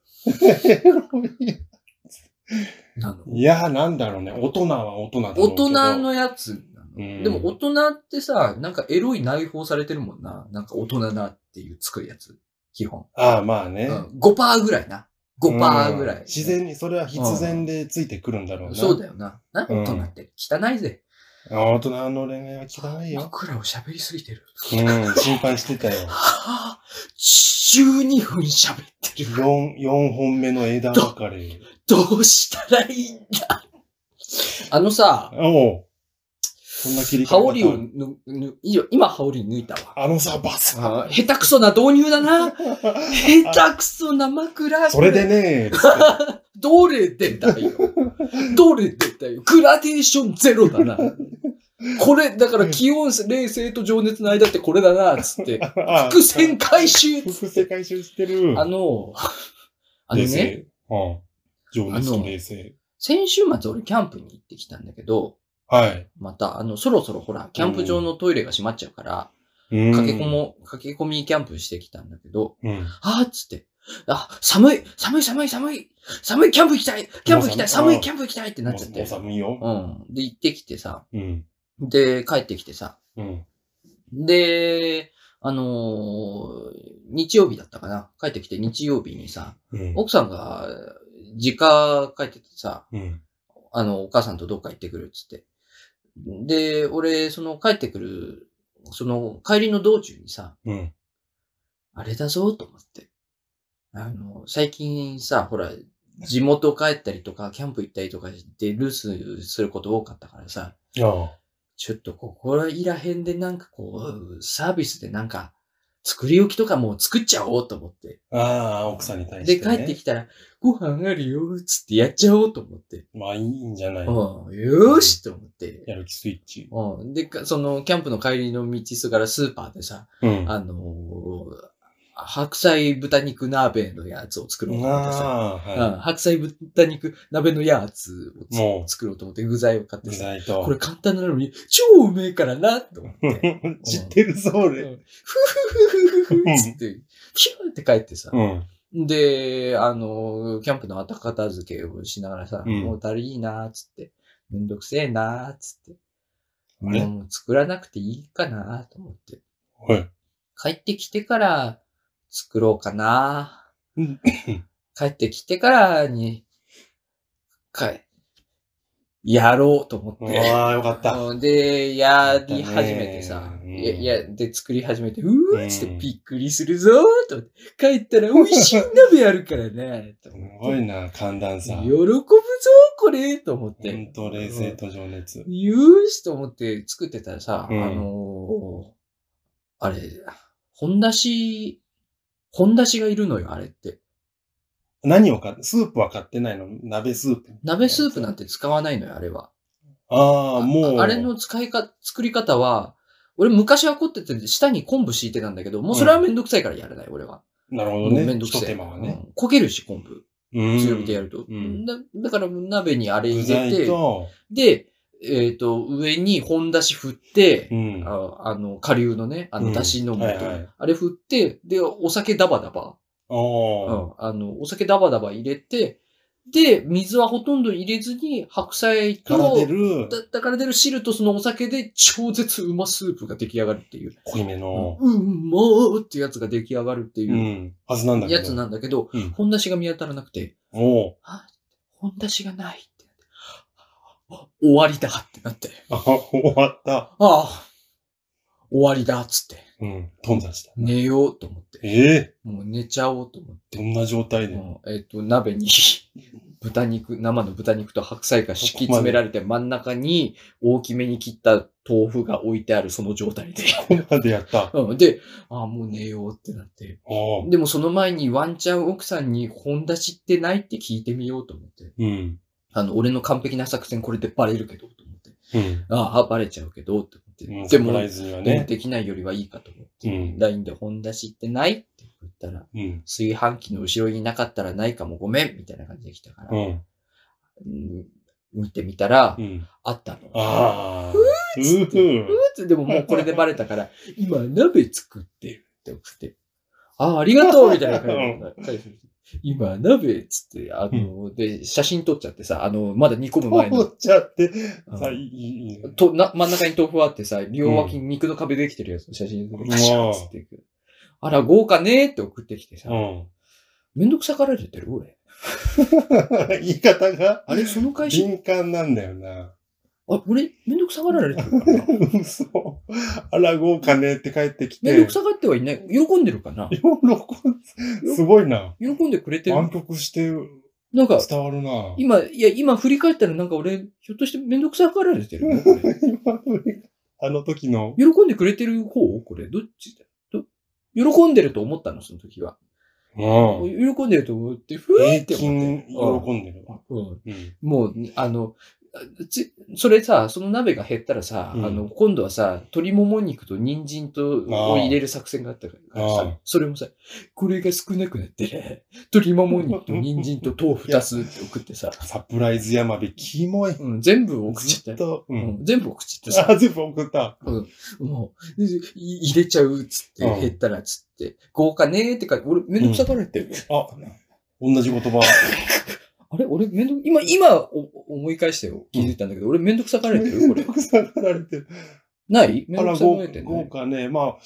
S2: なの
S1: いや、なんだろうね。大人は大人だろ
S2: 大
S1: うけど
S2: 人。のやつなの、
S1: うん
S2: でも大人ってさ、なんかエロい内包されてるもんな。なんか大人だっていうつくやつ。基本。
S1: ああ、まあ
S2: う
S1: ね。
S2: ん、5%ぐらいな。5%ぐらい。
S1: うん自然に、それは必然でついてくるんだろうな。
S2: そうだよな。な、
S1: うん
S2: 大人って汚いぜ。
S1: あ大人の恋愛は汚いよ。
S2: 僕らを喋りすぎてる。
S1: うん、心配してたよ。
S2: はあ、12分喋ってる。
S1: 4、四本目の枝分かれ。
S2: どうしたらいいんだ。あのさ、
S1: おうそんな切り
S2: 羽
S1: 方
S2: 織をぬ、ぬ、いいよ今羽織抜いたわ。
S1: あのさ、バス。
S2: あー下手くそな導入だな。下手くそな枕。
S1: それでね、つって
S2: どれでだよ。どれでだよ。グラデーションゼロだな。これ、だから気温、冷静と情熱の間ってこれだな、つって。
S1: あ
S2: 伏線回収
S1: 伏線回収してる。
S2: あの、あの
S1: 冷
S2: ね、
S1: 静。うん。情熱
S2: あ
S1: と
S2: の
S1: 冷静。
S2: 先週末俺キャンプに行ってきたんだけど、
S1: はい。
S2: また、あの、そろそろほら、キャンプ場のトイレが閉まっちゃうから、
S1: うん
S2: 駆け込も、駆け込みキャンプしてきたんだけど、
S1: うん。
S2: あーっつって、あ、寒い、寒い、寒い、寒い、寒い、キャンプ行きたい、キャンプ行きた
S1: もう
S2: い、
S1: 寒い
S2: 寒い、キャンプ行きたいってなっちゃっ
S1: も
S2: て
S1: う。寒いよ。
S2: うん。で、行ってきてさ、
S1: うん。
S2: で、帰ってきてさ、
S1: うん。
S2: で、あのー日曜日だったかな。帰ってきて日曜日にさ、
S1: うん。
S2: 奥さんが、実家帰っててさ、
S1: うん。
S2: あの、お母さんとどっか行ってくるっつって。で、俺、その帰ってくる、その帰りの道中にさ、
S1: うん。
S2: あれだぞと思って。あの、最近さ、ほら、地元帰ったりとか、キャンプ行ったりとかで留守すること多かったからさ、
S1: いやー
S2: ちょっとここらいらへんでなんかこう、サービスでなんか、作り置きとかもう作っちゃおうと思って。
S1: ああ、奥さんに対して、
S2: で、
S1: ね。
S2: 帰ってきたら、ご飯あるよ、つってやっちゃおうと思って。
S1: まあ、いいんじゃない、
S2: うん、よーしと思って。
S1: やる気スイッチ。
S2: うん、で、かその、キャンプの帰りの道すがらスーパーでさ、
S1: うん。あ
S2: あのー白菜豚肉鍋のやつを作ろうと思ってさ、
S1: あー、
S2: うん
S1: は
S2: 白菜豚肉鍋のやつをつ
S1: もう
S2: 作ろうと思って具材を買っ
S1: い。
S2: て
S1: 具
S2: さ、
S1: 材と。
S2: これ簡単なのに超うめえからな、と思って。
S1: 知ってるぞ、
S2: う
S1: 俺。
S2: んふふふふふふつって、キューって帰ってさ。
S1: うん。
S2: で、あの、キャンプの後片付けをしながらさ、
S1: うん
S2: もうだるいなーっつって、めんどくせえなーっつって、
S1: あれ
S2: もう作らなくていいかなーと思って、
S1: はい。
S2: 帰ってきてから作ろうかな
S1: うん
S2: 帰ってきてからに、かい、やろうと思って。
S1: ああ、よかった。
S2: うんで、やり始めて
S1: やっ
S2: さ
S1: た、ね
S2: いや、
S1: うん
S2: いや、で、作り始めて、う
S1: う
S2: ー
S1: ん
S2: っつってびっくりするぞーと思って、帰ったら美味しい鍋あるからね、と
S1: す
S2: 思
S1: ご
S2: って
S1: いな、寒暖差。
S2: 喜ぶぞーこれと思って。
S1: 本当冷静と情熱
S2: う。ん。よーしと思って作ってたらさ、
S1: うん
S2: あのー、あれ、本だし、本だしがいるのよ、あれって。
S1: 何を買って、スープは買ってないの鍋スープ。
S2: 鍋スープなんて使わないのよ、あれは。
S1: ああ、もう。
S2: ああれの使いか、作り方は、俺昔は凝ってて下に昆布敷いてたんだけど、もうそれはめんどくさいからやらない、俺は。
S1: なるほ
S2: も
S1: ど
S2: う
S1: ね。
S2: めんどくさい。
S1: 一手間はね。
S2: うん焦げるし、昆布。
S1: うん
S2: 強火でやると。
S1: うん
S2: だだから鍋にあれ
S1: 具
S2: 入れ
S1: 材
S2: て、
S1: と、
S2: で、えっ、と、上に本だし振って、
S1: うん。
S2: ああの、下流のね、あ
S1: う
S2: の、
S1: ん
S2: だし飲むと、
S1: はいはい
S2: あれ振って、で、お酒ダバダバ、う
S1: おー
S2: ん、あの、お酒ダバダバ入れて、で、水はほとんど入れずに、白菜と、
S1: から出る
S2: だだから出る汁とそのお酒で超絶うまスープが出来上がるっていう。
S1: 濃いめ
S2: う
S1: の、
S2: んまーってやつが出来上がるって
S1: う、
S2: いうん
S1: はずなんだけど。
S2: やつなんだけど、
S1: うん
S2: 本出しが見当たらなくて、
S1: お
S2: 本出しがないってなってあ終わりだってなって、
S1: ーあ、終わった。
S2: ああ、終わりだっつって、
S1: うん、頓挫した。
S2: 寝ようと思って、
S1: ええ
S2: もう寝ちゃおうと思って、
S1: どんな状態で。
S2: もうえっ、と、鍋に 豚肉、生の豚肉と白菜が敷き詰められて真ん中に大きめに切った豆腐が置いてあるその 状態で。
S1: ここまでやった。
S2: うん、で、あーもう寝ようってなって。
S1: おー
S2: でもその前にワンチャン奥さんに本出しってないって聞いてみようと思って。
S1: うん。
S2: あの、俺の完璧な作戦これでバレるけど、と思って。
S1: うん。
S2: ああ、バレちゃうけど、と
S1: う
S2: 思っ
S1: ん、
S2: て。で
S1: サプ
S2: も
S1: ライ、ズには
S2: でも
S1: ね。
S2: できないよりはいいかと思っ
S1: う
S2: て。
S1: ん。
S2: LINE で本出しってないって言ったら、
S1: うん。
S2: 炊飯器の後ろになかったらないかもごめん、みたいな感じで来たから
S1: う。ん。
S2: うん見てみたら
S1: う、ん。
S2: あったの。
S1: ああ。う
S2: ーっつって
S1: ー
S2: うーってでももうこれでバレたから、今鍋作ってるって送って、ああ、ありがとうみたいな感じで。今鍋っつって、あの、で、写真撮っちゃってさ、あの、まだ煮込む前
S1: 思
S2: の。
S1: っちゃって、
S2: うん
S1: さ、いい、いい。
S2: とな真ん中に豆腐あってさ、両脇に肉の壁できてるやつの写真で、
S1: うん
S2: カシャンっつっていく。あら、豪華ねーって送ってきてさ
S1: う、ん。
S2: めんどくさかられてる俺。
S1: 言い方が
S2: あれ、その会社、
S1: 敏感なんだよな。
S2: あ、俺、めんどくさがられて るかな
S1: 嘘。あら、豪華ねって帰ってき
S2: めんど
S1: て
S2: く。さがってはいない。喜んでるかな
S1: 喜んすごいな。
S2: 喜んでくれて
S1: 満
S2: る。
S1: 曲して
S2: なんか、
S1: 伝わるな。
S2: 今、いや、今振り返ったらなんか俺、ひょっとしてめんどくさがられてるのこれ。
S1: 今のあの時の、
S2: 喜んでくれてる方これ。どっちだど喜んでると思ったのその時は。
S1: うん。
S2: 喜んでると思って、ふー
S1: 平
S2: って思っ
S1: 均
S2: て。
S1: 喜んでるわ。
S2: うん
S1: うん。
S2: もう、あの、ちそれさ、その鍋が減ったらさ、
S1: うん
S2: あの、今度はさ、鶏もも肉と人参とを入れる作戦があったから
S1: あ
S2: さ
S1: あ、
S2: それもさ、これが少なくなってね、鶏もも肉と人参と豆腐足すって送ってさ、
S1: サプライズ山火、キモい。
S2: うん、全部送っち
S1: ず
S2: ゃ
S1: っ
S2: った
S1: と。
S2: よ。
S1: う。
S2: うんん、全部送っちゃってさ、
S1: あ、全部送った。
S2: もう、でい入れちゃうっつって、
S1: うん
S2: 減ったらっつって、豪華ねーってか、俺めんどくさがられて、
S1: あ、同じ言 葉。
S2: あれ俺めんど、今、今お思い返してよ気づいたんだけど、俺めんどくさがられてるこれ
S1: めんど。くさがられてる。
S2: ないめ
S1: あ
S2: んど
S1: ら、
S2: くさがら
S1: 豪
S2: れてる
S1: 豪華ね。まあ、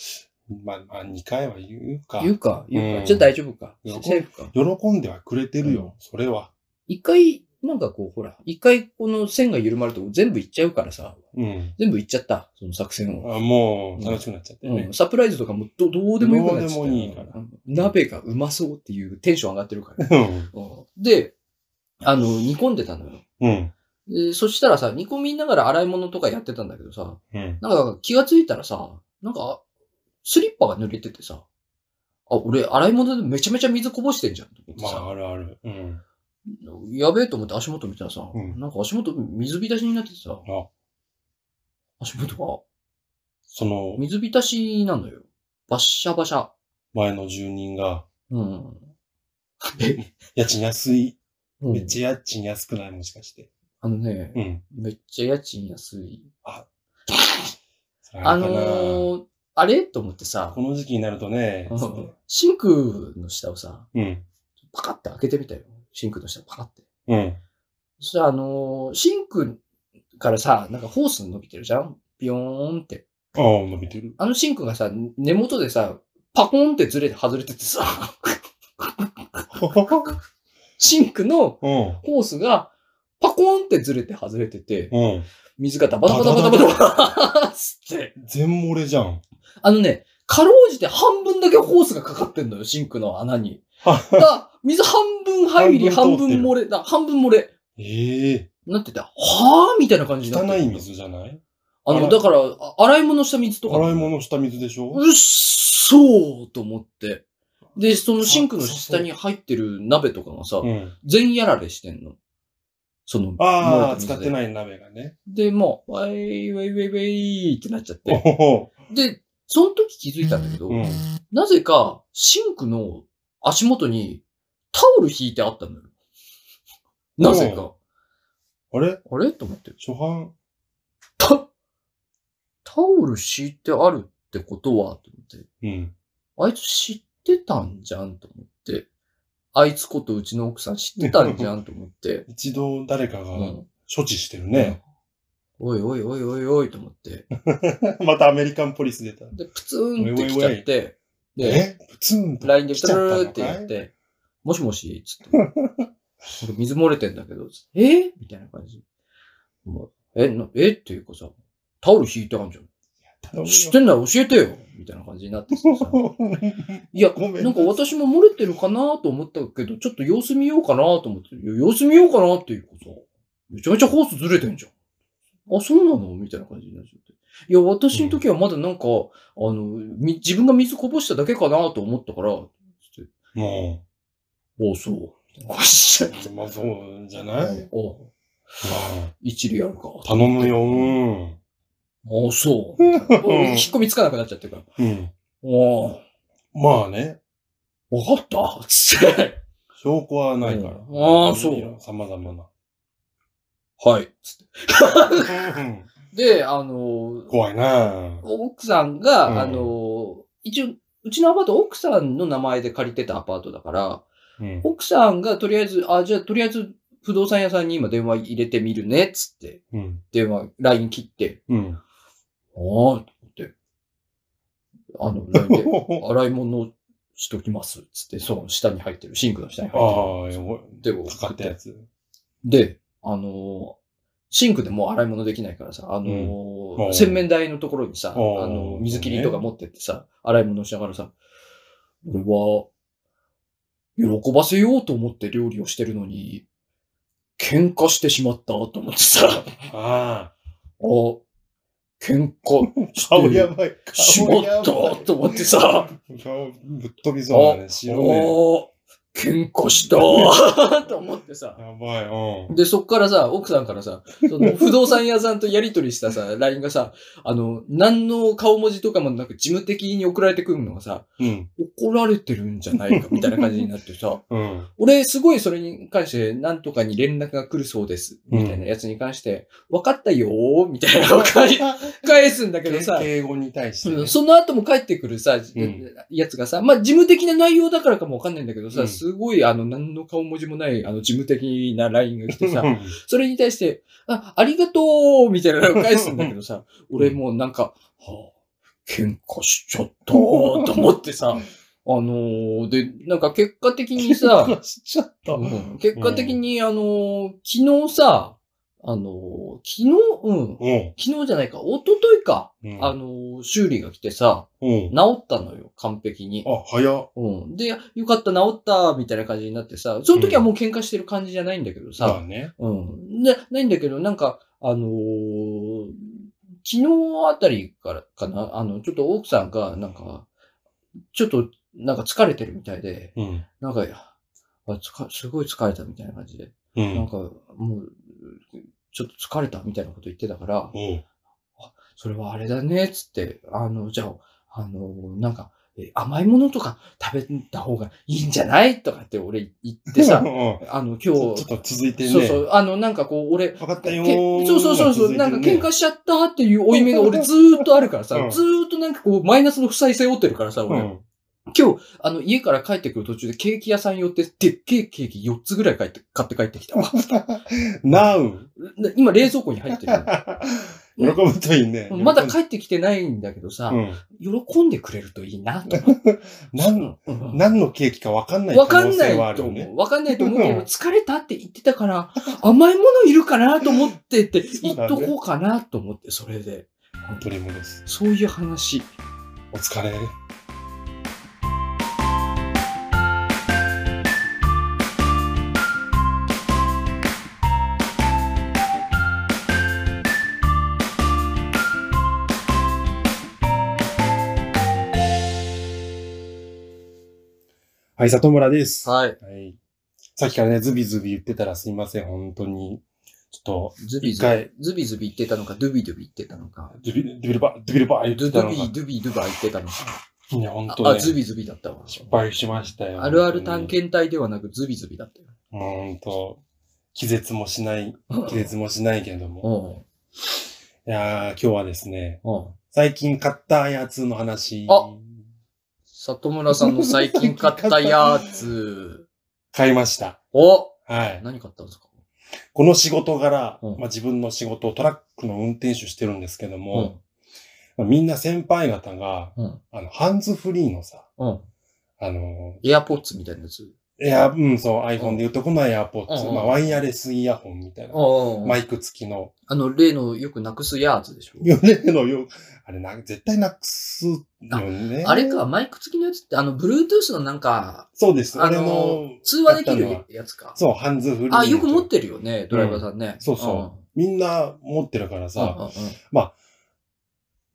S1: まあ、まあ、2回は言うか。
S2: 言うか、言う
S1: う
S2: か。
S1: ん
S2: じゃあ大丈夫か。
S1: 喜
S2: セ
S1: ん
S2: ーフか。
S1: 喜んではくれてるよ、それは。
S2: 一回、なんかこう、ほら、一回この線が緩まると全部いっちゃうからさ、
S1: うん。
S2: 全部いっちゃった、その作戦を。
S1: あもう、楽しくなっちゃって
S2: う
S1: ね
S2: ん、。サプライズとかもどどうでもよくなっちゃった
S1: どうでもいいから
S2: うん鍋がうまそうっていうテンション上がってるから。
S1: うん。
S2: うんで、あの、煮込んでたのよ。
S1: うん。
S2: でそしたらさ、煮込みながら洗い物とかやってたんだけどさ、
S1: うん。
S2: なんか気がついたらさ、なんか、スリッパが濡れててさ、あ、俺洗い物でめちゃめちゃ水こぼしてんじゃんと思って
S1: ま
S2: さ。
S1: あ、あるある。うん。
S2: やべえと思って足元見たらさ、
S1: うん
S2: なんか足元水浸しになっててさ、
S1: あ
S2: 足元が
S1: その、
S2: 水浸しなのよ。バッシャバシャ。
S1: 前の住人が、
S2: うん。
S1: 家賃安い。
S2: うん
S1: めっちゃ家賃安くないもしかして。
S2: あのね、
S1: うん。
S2: めっちゃ家賃安い。
S1: それ
S2: あ
S1: ある
S2: の
S1: かな
S2: ー、あれと思ってさ
S1: こ、の時期になるとね、
S2: うん
S1: つって
S2: シンクの下をさ、
S1: うん。
S2: パカって開けてみたよ。シンクの下パカって。
S1: うん。
S2: そしたらあのー、シンクからさ、なんかホース伸びてるじゃんビヨーンって。
S1: ああ、伸びてる。
S2: あのシンクがさ、根元でさ、パコンってずれて外れててさ、シンクの
S1: うん。
S2: ホースが、パコーンってずれて外れてて、
S1: うん。
S2: 水がダバダバダバダバダバつって。
S1: 全漏れじゃん。
S2: あのね、かろうじて半分だけホースがかかってんのよ、シンクの穴に。だから水半分入り、半
S1: 半分
S2: 分
S1: 通ってる
S2: 漏れ、だ半分漏れ。
S1: ええ
S2: なってて、はぁみたいな感じになって
S1: 汚
S2: る
S1: い。水じゃない
S2: あの、だから、あ洗い物した水とか。
S1: 洗い物した水でしょ
S2: うっそーと思って。で、そのシンクの下に入ってる鍋とかがさ
S1: う、ん。
S2: 全やられしてんの。その、
S1: ああ、使って
S2: い
S1: ない鍋がね。
S2: で、もう、わいわいわいわいってなっちゃっ
S1: お
S2: て。
S1: ほほ
S2: で、その時気づいたんだけど、
S1: うん。
S2: なぜかシンクの足元にタオル引いてあったのよ。なぜか。
S1: あれ
S2: あれと思って。
S1: 初版
S2: タ、タオル敷いてあるってことは、と思って。
S1: うん。
S2: あいつ知ってたんじゃんと思って。あいつことうちの奥さん知ってたんじゃんと思 って。
S1: 一度誰かが
S2: うん
S1: 処置してるね。
S2: おいおいおいおいおいと思って。
S1: またアメリカンポリス出た。
S2: で、プツンって来ちゃって。で、
S1: えプツンと。
S2: ラインで
S1: 来
S2: 来
S1: ちゃったのかい
S2: ーってやって、もしもし、つって。俺水漏れてんだけど、つってえみたいな感じ。もうえ、なえっていうかさ、タオル引いてあんじゃ
S1: 頼
S2: ん。
S1: む
S2: 知っ
S1: よ
S2: てんなら教えてよみたいな感じになってさ。いや、
S1: ごめん。
S2: なんか私も漏れてるかなと思ったけど、ちょっと様子見ようかなと思って、いや様子見ようかなっていうかさ、めちゃめちゃホースずれてんじゃん。あ、そうなのみたいな感じになっちゃって。いや、私の時はまだなんか、あの、み自分が水こぼしただけかなと思ったから、つって
S1: も
S2: おう、そう。おっしゃ。
S1: う、まあそうじゃないうん
S2: おう一理あるか。
S1: 頼むよ。
S2: おう、そう。 引っ込みつかなくなっちゃってるから。
S1: うん。
S2: おう、
S1: まあね、
S2: わかった。つって。
S1: 証拠はないから。
S2: うんあーそう。
S1: 様々な。
S2: はい。つって
S1: うん
S2: で、あの、
S1: 怖いな
S2: 奥さんが、
S1: うん
S2: あの、一応、うちのアパート、奥さんの名前で借りてたアパートだから、
S1: うん。
S2: 奥さんがとりあえず、あ、じゃあとりあえず不動産屋さんに今電話入れてみるね、つって、
S1: うん。
S2: 電話、LINE 切って、
S1: うん。
S2: ああ、って。あの、LINE で、洗い物しときます。つって、その下に入ってる、シンクの下に
S1: あ
S2: 入
S1: あ、やばい。
S2: ってる。で、
S1: かかったやつ。
S2: で、あのーシンクでもう洗い物できないからさ、あのー
S1: うん
S2: 洗面台のところにさ、あ
S1: あー
S2: のー水切りとか持ってってさ、洗い物しながらさ、俺は、喜ばせようと思って料理をしてるのに、喧嘩してしまったと思ってさ、
S1: ああ。
S2: あ、喧健康、
S1: 顔やばい。
S2: 絞
S1: 顔
S2: っ
S1: やば
S2: た
S1: い
S2: と思ってさ、
S1: 顔ぶっ飛びそうだね。白目。
S2: おー、健康したと思ってさ。
S1: やばい、うん。
S2: で、そっからさ、奥さんからさ、その不動産屋さんとやり取りしたさ、LINE がさ、あの、何の顔文字とかもなく事務的に送られてくるのがさ、
S1: うん。
S2: 怒られてるんじゃないかみたいな感じになって さ、
S1: うん。
S2: 俺すごいそれに関して何とかに連絡が来るそうです、
S1: うん
S2: みたいなやつに関して、分かったよー、みたいなのを返し返すんだけどさ、
S1: 敬語に対してね。
S2: うんその後も帰ってくるさ、
S1: ん
S2: やつがさ、まあ、事務的な内容だからかもわかんないんだけどさ、
S1: うん
S2: すごい、あの、何の顔文字もない、あの、事務的な LINE が来てさ、それに対して、あ、ありがとうみたいなのを返すんだけどさ、俺もうなんか、はあ、喧嘩しちゃったと思ってさ、あのーで、なんか結果的にさ、
S1: あ、しちゃった。
S2: うん結果的にあのー昨日さ、あのー昨日、うん、
S1: うん。
S2: 昨日じゃないか、一昨日か、
S1: うん
S2: あのー修理が来てさ、
S1: うん。
S2: 治ったのよ、完璧に。
S1: あ、早っ。
S2: うん、で、よかった、治った、みたいな感じになってさ、その時はもう喧嘩してる感じじゃないんだけどさ、
S1: だね。
S2: うん。な、ないんだけど、なんか、あのー昨日あたりからかな、あの、ちょっと奥さんが、なんか、ちょっと、なんか疲れてるみたいで、
S1: うん。
S2: なんか、あつかすごい疲れたみたいな感じで、
S1: う
S2: なん
S1: ん。
S2: か、もう、ちょっと疲れたみたいなこと言ってたから、
S1: おう
S2: それはあれだね、つって、あの、じゃあ、あのーなんか、え甘いものとか食べた方がいいんじゃないとかって俺言って さ
S1: う、ん
S2: あの、今日、
S1: ちょっと続いてね。
S2: そうそう、あの、なんかこう、俺、
S1: 分かったよ
S2: け
S1: ー。
S2: そうそうそうそう、
S1: が
S2: なんか
S1: 続いてる
S2: 喧
S1: ね
S2: 嘩しちゃったっていう負い目が俺ずーっとあるからさ、
S1: うん
S2: ずーっとなんかこうマイナスの負債背負ってるからさ、
S1: う
S2: 俺、
S1: ん。
S2: 今日、あの家から帰ってくる途中でケーキ屋さん寄って、でっけえケーキ4つぐらい買って買って帰ってきたわ。
S1: な う。
S2: で今冷蔵庫に入って る。
S1: 喜ぶといいね。
S2: まだ帰ってきてないんだけどさ、
S1: うん。
S2: 喜んでくれるといいなと思って。
S1: なん、
S2: うん
S1: 何のケーキか分かんない
S2: わ
S1: 可
S2: か
S1: 能
S2: んな
S1: 性はあ
S2: い
S1: る
S2: と
S1: よね
S2: 思。う。わかんないと思うけ
S1: う
S2: ど、
S1: ん
S2: 疲れたって言ってたから、甘いものいるかなと思ってって言っとこうかなと思って、それで。
S1: 取り戻す。
S2: そういう話。
S1: お疲れ。はい、里村です。は
S2: はい。
S1: い。さっきからね、ズビズビ言ってたらすいません、本当に。ちょっ
S2: ズビ
S1: 一
S2: ズ
S1: 回
S2: ビ、ズビズビ言ってたのか、ドゥビドゥビ言ってたのか
S1: と、、ドゥビ、ドゥビルバ、ドゥビルバ言っ
S2: ドゥ
S1: て
S2: ド
S1: た
S2: ゥ
S1: の
S2: ビ、
S1: が。
S2: ドゥビドゥバ言ってたのか。
S1: いや、本
S2: あ
S1: 当
S2: あ、ズ
S1: ね。
S2: ビズビだったわ。
S1: 失敗しましたよ。
S2: あるある探
S1: 本当に
S2: 検隊ではなく、ズビズビだったよ。
S1: もうほんと、気絶もしない、
S2: うん
S1: 気絶もしないけれども。
S2: うん
S1: いやー、今日はですね、
S2: うん。
S1: 最近買ったやつの話。
S2: あ里村さんの最近買ったやつ。
S1: 買いました。
S2: お
S1: はい。
S2: 何買ったんですか
S1: この仕事柄、
S2: うん
S1: まあ、自分の仕事、トラックの運転手してるんですけど
S2: う
S1: も
S2: ん、。
S1: まあみんな先輩方が、
S2: うん。
S1: あの、ハンズフリーのさ、
S2: うん。
S1: あの
S2: エアポッツみたいなやつ。
S1: ー、エア、うん、そう、iPhone で言うとこの AirPods、
S2: うん
S1: まあ、ワイヤレスイヤホンみたいな。
S2: あ
S1: マイク付きの。
S2: あの、例のよくなくすやつでしょ。
S1: よねのよ、あれな、絶対なくすよね。
S2: あれか、マイク付きのやつって、あの、Bluetooth のなんか、
S1: そうです。
S2: あ
S1: あれの
S2: の、、通話できるやつか。
S1: そう、ハンズフリー。
S2: あ、よく持ってるよね、ドライバーさんね。
S1: そうそう。みんな持ってるから
S2: うん。うんうん
S1: さ、
S2: うん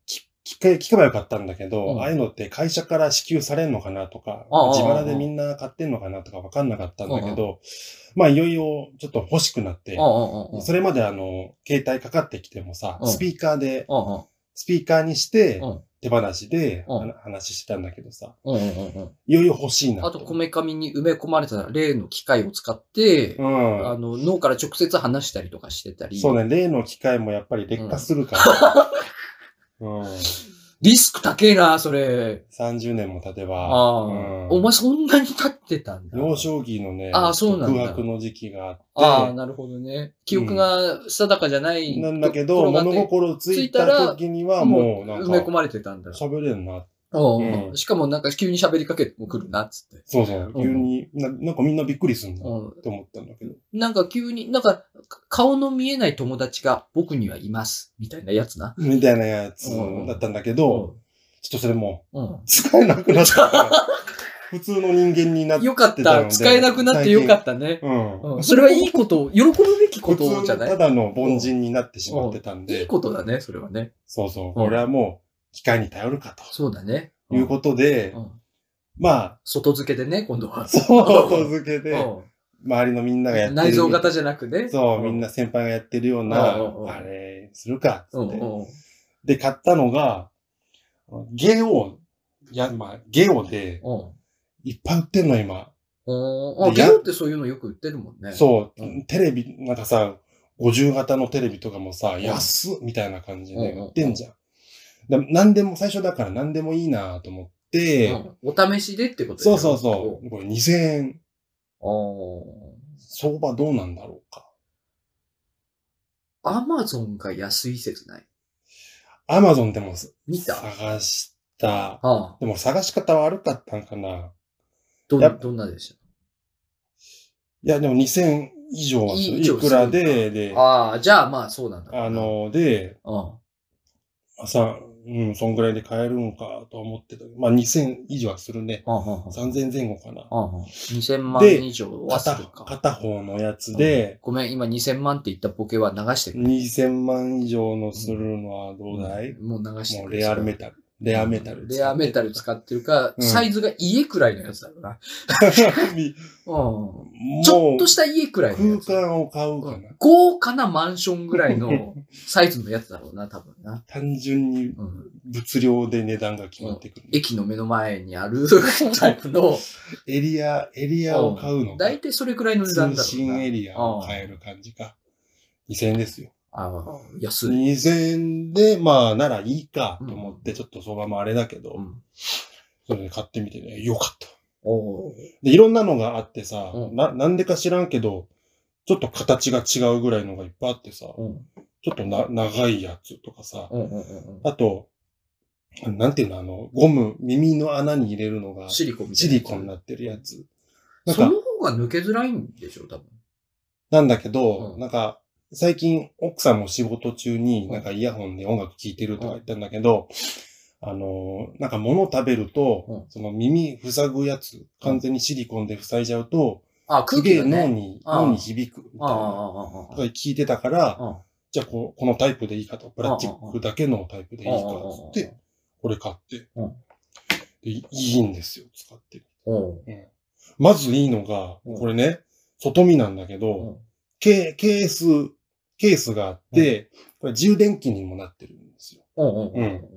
S1: き聞け、聞けばよかったんだけど、
S2: うん
S1: ああいうのって会社から支給されんのかなとか
S2: ああ、
S1: 自腹でみんな買ってんのかなとかわかんなかったんだけど、まあいよいよちょっと欲しくなって、
S2: うんうんうん
S1: それまであの、携帯かかってきてもさ、
S2: うん
S1: スピーカーで、
S2: う
S1: スピーカーにして
S2: うん、
S1: 手放しで
S2: うん
S1: 話話してたんだけどさ、
S2: んうんうんうんうん
S1: いよいよ欲しいな
S2: あと、こめかみに埋め込まれた例の機械を使って、
S1: うん。
S2: あの、脳から直接話したりとかしてたり、
S1: そうね、例の機械もやっぱり劣化する から。うん、
S2: リスク高えな、それ。
S1: 30年も経て
S2: あ
S1: ば、
S2: あ、
S1: うん
S2: お前そんなに立ってたんだ。
S1: 幼少期のね、
S2: ああそうなんだ
S1: 空白の時期が
S2: あ
S1: あ
S2: あ、
S1: っ
S2: なるほどね。記憶が定かじゃない、
S1: て、なんだけど、物心ついた時にはも
S2: も
S1: う
S2: う
S1: なん
S2: 埋め込
S1: か、
S2: まれてたんだ。
S1: 喋れんな。
S2: うん
S1: うん
S2: しかもなんか急に喋りかけてくるな、つって。
S1: そうそう、急にな、なんかみんなびっくりすんな
S2: うん
S1: って思ったんだけど。
S2: なんか急に、なんか顔の見えない友達が僕にはいます、みたいなやつな。
S1: みたいなやつ
S2: うん
S1: だったんだけど、ちょっとそれも
S2: うん。
S1: 使えなくなっちゃったから。普通の人間になって
S2: よかっ
S1: なの
S2: た。
S1: で
S2: 使えなくなってよかったね。
S1: うん
S2: うん、それはいいこと、喜ぶべきこ
S1: 普通
S2: と
S1: の
S2: じゃな
S1: た
S2: い
S1: だの凡人になってしまってたん
S2: い
S1: で
S2: い、ことだね、それはね。
S1: そうそう、これはもう機械に頼るかと
S2: そうだね。
S1: いうことで
S2: う、ん
S1: ま
S2: 外付けでね、今度は
S1: あ、。そう続けて、周りのみんながやっ
S2: う
S1: て
S2: ん
S1: る。
S2: 内臓型じゃなくね。
S1: そう、みんな先輩がやってるような
S2: うんうんう、ん
S1: あれ、するかっ
S2: う
S1: つっ
S2: ん。う
S1: て。
S2: んうん。
S1: で、買ったのが、ゲオ、いや、まあ、ゲオで、
S2: うん
S1: いっぱい売ってんの、今。
S2: うん。あ、
S1: でや
S2: ゲロってそういうのよく売ってるもんね。
S1: そうう、
S2: ん
S1: テレビ、なんかさ、50型のテレビとかもさ、
S2: ん
S1: 安っみたいな感じで
S2: うんうん
S1: 売ってんじゃん。でなんでも、最初だから何でもいいなと思って、
S2: うん。お試しでってこと
S1: そうそうそう、これ2000円、
S2: うん。
S1: 相場どうなんだろうか。
S2: ああ。アマゾンが安い説ない。
S1: アマゾンでも
S2: 見た
S1: 探した。
S2: ああ。
S1: でも探し方悪かったんかな。
S2: どん、
S1: やっぱ
S2: どんなでし
S1: いや、でも2000以上はする
S2: い
S1: い
S2: 以上
S1: くらで、で
S2: た、ああ、じゃあまあそうなんだ。
S1: あ、の、で、
S2: うん。
S1: 朝、うん、そんぐらいで買えるんかと思ってた。まあ2000以上はするね。
S2: うんうんうん
S1: 3000前後かな。
S2: うんうん2000万円以上はす
S1: 片
S2: るか。
S1: 片方のやつ
S2: うん
S1: で、
S2: ごめん、今2000万って言ったボケは流してる。
S1: 2000万以上のするのはどうだい、
S2: もう流して
S1: も
S2: く
S1: う
S2: れ
S1: レアルメタル。レアメタル。
S2: レアメタル使ってるか、
S1: うん
S2: サイズが家くらいのやつだろうな。
S1: み
S2: うん。ちょ
S1: も
S2: っ
S1: う
S2: とした家くらいのや
S1: 空
S2: つ。
S1: 間を買うかな。
S2: うん豪華なマンションぐら いのサイズのやつだろうな、多分な。
S1: 単純に
S2: うん。
S1: 物量で値段が決まってくる。
S2: 駅の目の前に あるタイプの、
S1: エリア、エリアを買うのか。
S2: 大体それくらいの値段
S1: 通
S2: だろう
S1: 信
S2: な。
S1: エリアを変える感じか。2000円ですよ。
S2: ああ、安い。
S1: 2000円で、まあ、ならいいかと思っ
S2: う
S1: て、ちょっと相場もあれだけど、
S2: うん。
S1: それで買ってみてね、よかった。
S2: おう
S1: で、いろんなのがあってさ、
S2: うん
S1: な、なんでか知らんけど、ちょっと形が違うぐらいのがいっぱいあってさ、
S2: うん。
S1: ちょっとな、長いやつとかさ、
S2: うんうんうん
S1: あと、なんていうの、あの、ゴム、耳の穴に入れるの
S2: う
S1: が
S2: ん。、シリコンみた
S1: シ
S2: いな。
S1: リコンになってるやつ。なん
S2: そ
S1: か、
S2: の方が抜けづらいんでしょ、多分。
S1: なんだけど、
S2: うん
S1: なんか、最近、奥さんも仕事中に、
S2: うん
S1: なんかイヤホンで音楽聴いてるとか言ったんだけど、あのー、なんか物食べると、
S2: うん
S1: その耳塞ぐやつ、完全にシリコンで塞いじゃうと、
S2: あ、
S1: す
S2: 空
S1: げ
S2: 気
S1: え
S2: が
S1: 脳
S2: ね。
S1: に、
S2: ああ
S1: 脳に響くみた
S2: あ
S1: い
S2: あ、あ
S1: な。
S2: あ、
S1: と
S2: あ
S1: か聞いてたから、
S2: あ。あ
S1: じゃあこう、このタイプでいいかと、プラスチックだけのタイプでいいかっつっ
S2: あ
S1: て、これ買って、
S2: うん
S1: で、いいんですよ、使って。
S2: おう
S1: うんまずいいのが、
S2: うん
S1: これね、外見なんだけど、
S2: うん
S1: ケケース、ケースがあって、これ充電器にもなってるんですよ。
S2: おうおうおう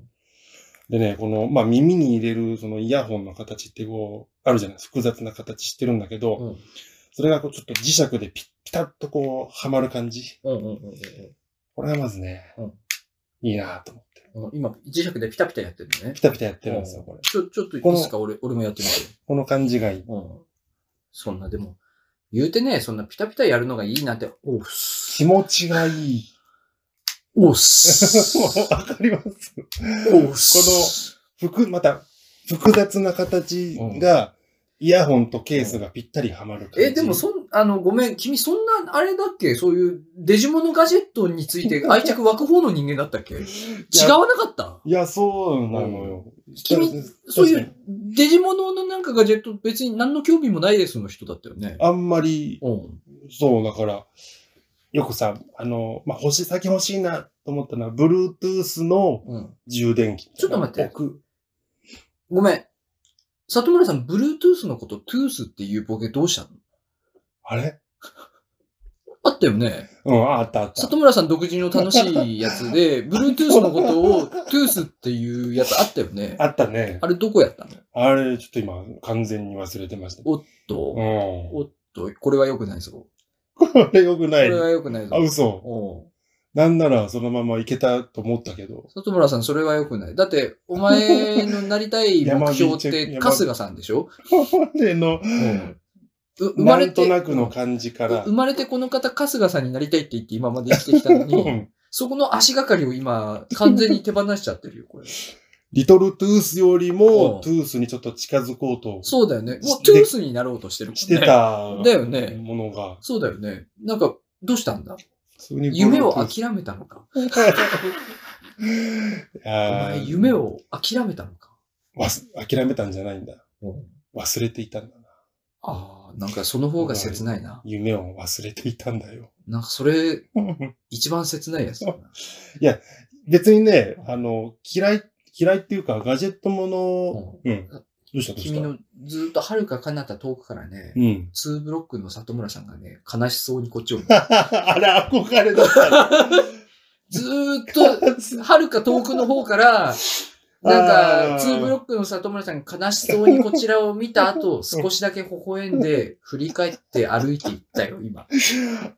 S1: でね、この、まあ、耳に入れる、そのイヤホンの形ってこう、あるじゃないですか。複雑な形してるんだけど、
S2: うん
S1: それがこう、ちょっと磁石でピッピタッとこう、はまる感じ。
S2: うんうんうん
S1: これがまずね、
S2: うん
S1: いいなと思って。
S2: うんうん今、磁石でピタピタやってるのね
S1: ピ。タピタやってるんですよ、これ。
S2: ちょ、ちょっといいですか俺、俺もやってみて。
S1: この感じがいい。
S2: うん。そんな、でも、言うてね、そんなピタピタやるのがいいなんて、おっす。
S1: 気持ちがい い。
S2: おっ
S1: も
S2: す
S1: う。わかります。
S2: おっす。
S1: 複、また、複雑な形が、イヤホンとケースがぴったりはまる感じ。
S2: え、でもそん、あの、ごめん、君そんな、あれだっけそういう、デジモノガジェットにつ いて愛着湧く方の人間だったっけ違わなかった
S1: いや、そうなのよ。
S2: 君
S1: 確かに
S2: そういう、デジモノのなんかガジェット、別に何の興味もないですの人だったよね。
S1: あんまり、
S2: うん。
S1: そう、だから、よくさ、あの、まあ、欲し、先欲しいなと思ったのは、Bluetooth の
S2: うん。
S1: 充電器。
S2: ちょっと待って
S1: 僕
S2: ごめん。里村さん、Bluetooth のこと、トゥースっていうボケどうしたの
S1: あれ
S2: あったよね。
S1: うん、ああったあった。
S2: 里村さん独自の楽しいやつ で、Bluetooth のことを、トゥースっていうやつあったよね。
S1: あったね。
S2: あれどこやったの
S1: あれ、ちょっと今、完全に忘れてました。
S2: おっ
S1: う
S2: と、
S1: ん。
S2: おっと、これは良くないぞ。こ
S1: これよくない
S2: れ。は良くないぞ
S1: あ、。嘘。
S2: おう
S1: なんならそのままいけたと思ったけど。
S2: 里村さん、それは良くない。だって、お前のなりたい目標って、
S1: 山道
S2: 春日さんでしょ
S1: 俺の、
S2: うんう生ま
S1: な
S2: れ
S1: ん
S2: て、
S1: となくの感じから
S2: 生。まれてこの方、春日さんになりたいって言って今まで生きてきたの
S1: う
S2: に、
S1: ん
S2: そこの足がかりを今、完全に手放しちゃってるよ、こ れ。
S1: リトルトゥースより
S2: う
S1: も
S2: ん、
S1: トゥースにちょっと近づこうと
S2: そうだよね。もう
S1: で
S2: トゥースになろうとしてるもんね。
S1: してた
S2: だよね
S1: ものが、
S2: そうだよね。なんか、どうしたんだ
S1: 普通に
S2: 夢を諦めたのか お前、夢
S1: を
S2: を諦めたのか
S1: 忘諦めたんじゃないんだ。
S2: うん
S1: 忘れていたんだな。
S2: ああ、なんかその方が切ないな。
S1: 夢を忘れていたんだよ。
S2: なんか それ、一番切ないやつだな。
S1: 別にね、あの、嫌い、嫌いっていうか、ガジェットもの、うん、どうしたどうした
S2: 君のずーっと遥か彼方遠くからね
S1: う、ん。
S2: ツーブロックの里村さんがね、悲しそうにこっちを見て、
S1: あれ、憧れだったね。
S2: ずーっと、遥か遠くの方から、なんか、ツーブロックの里村さんが悲しそうにこちらを見た 後、少しだけ微笑んで、振り返って歩いていったよ、今。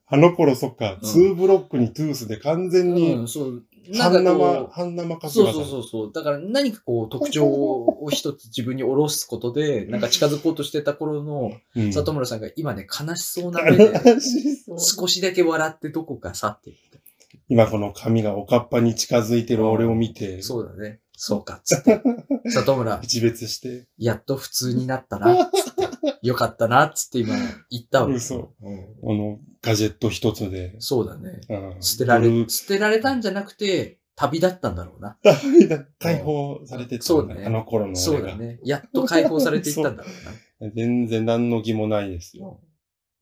S1: あの頃、そっか、
S2: うん
S1: ツーブロックにトゥースで完全
S2: う
S1: に、
S2: ん、そう。なん
S1: 半
S2: か
S1: 生、
S2: こ
S1: 半生か
S2: う、
S1: す
S2: そ
S1: が
S2: う
S1: さ
S2: そ
S1: ん
S2: うそうそう。だから何かこう、特徴を一つ自分に下ろすことで、なんか近づこうとしてた頃の
S1: うん
S2: 里村さんが今ね、悲しそうな目で、
S1: 悲しそう。
S2: 少しだけ笑ってどこか去っていっ
S1: 今この髪がおかっぱに近づいてる俺を見て
S2: て。、そうだね。そうか、つ って。里村、
S1: 一別して、
S2: やっと普通になったな、つって。よかったな、つって今言ったわけ。
S1: 嘘
S2: うん
S1: このガジェット一つで、
S2: そうだね。
S1: うん
S2: 捨てら
S1: ブル
S2: れ、
S1: ー
S2: 捨てられたんじゃなくて、旅だったんだろうな。
S1: 解放されてた
S2: そうん
S1: だ
S2: だね
S1: あの頃の
S2: そ
S1: 俺
S2: うだ
S1: が。
S2: ね。やっと解放されていったんだろ
S1: 全然何の気もないです
S2: うな
S1: よ。。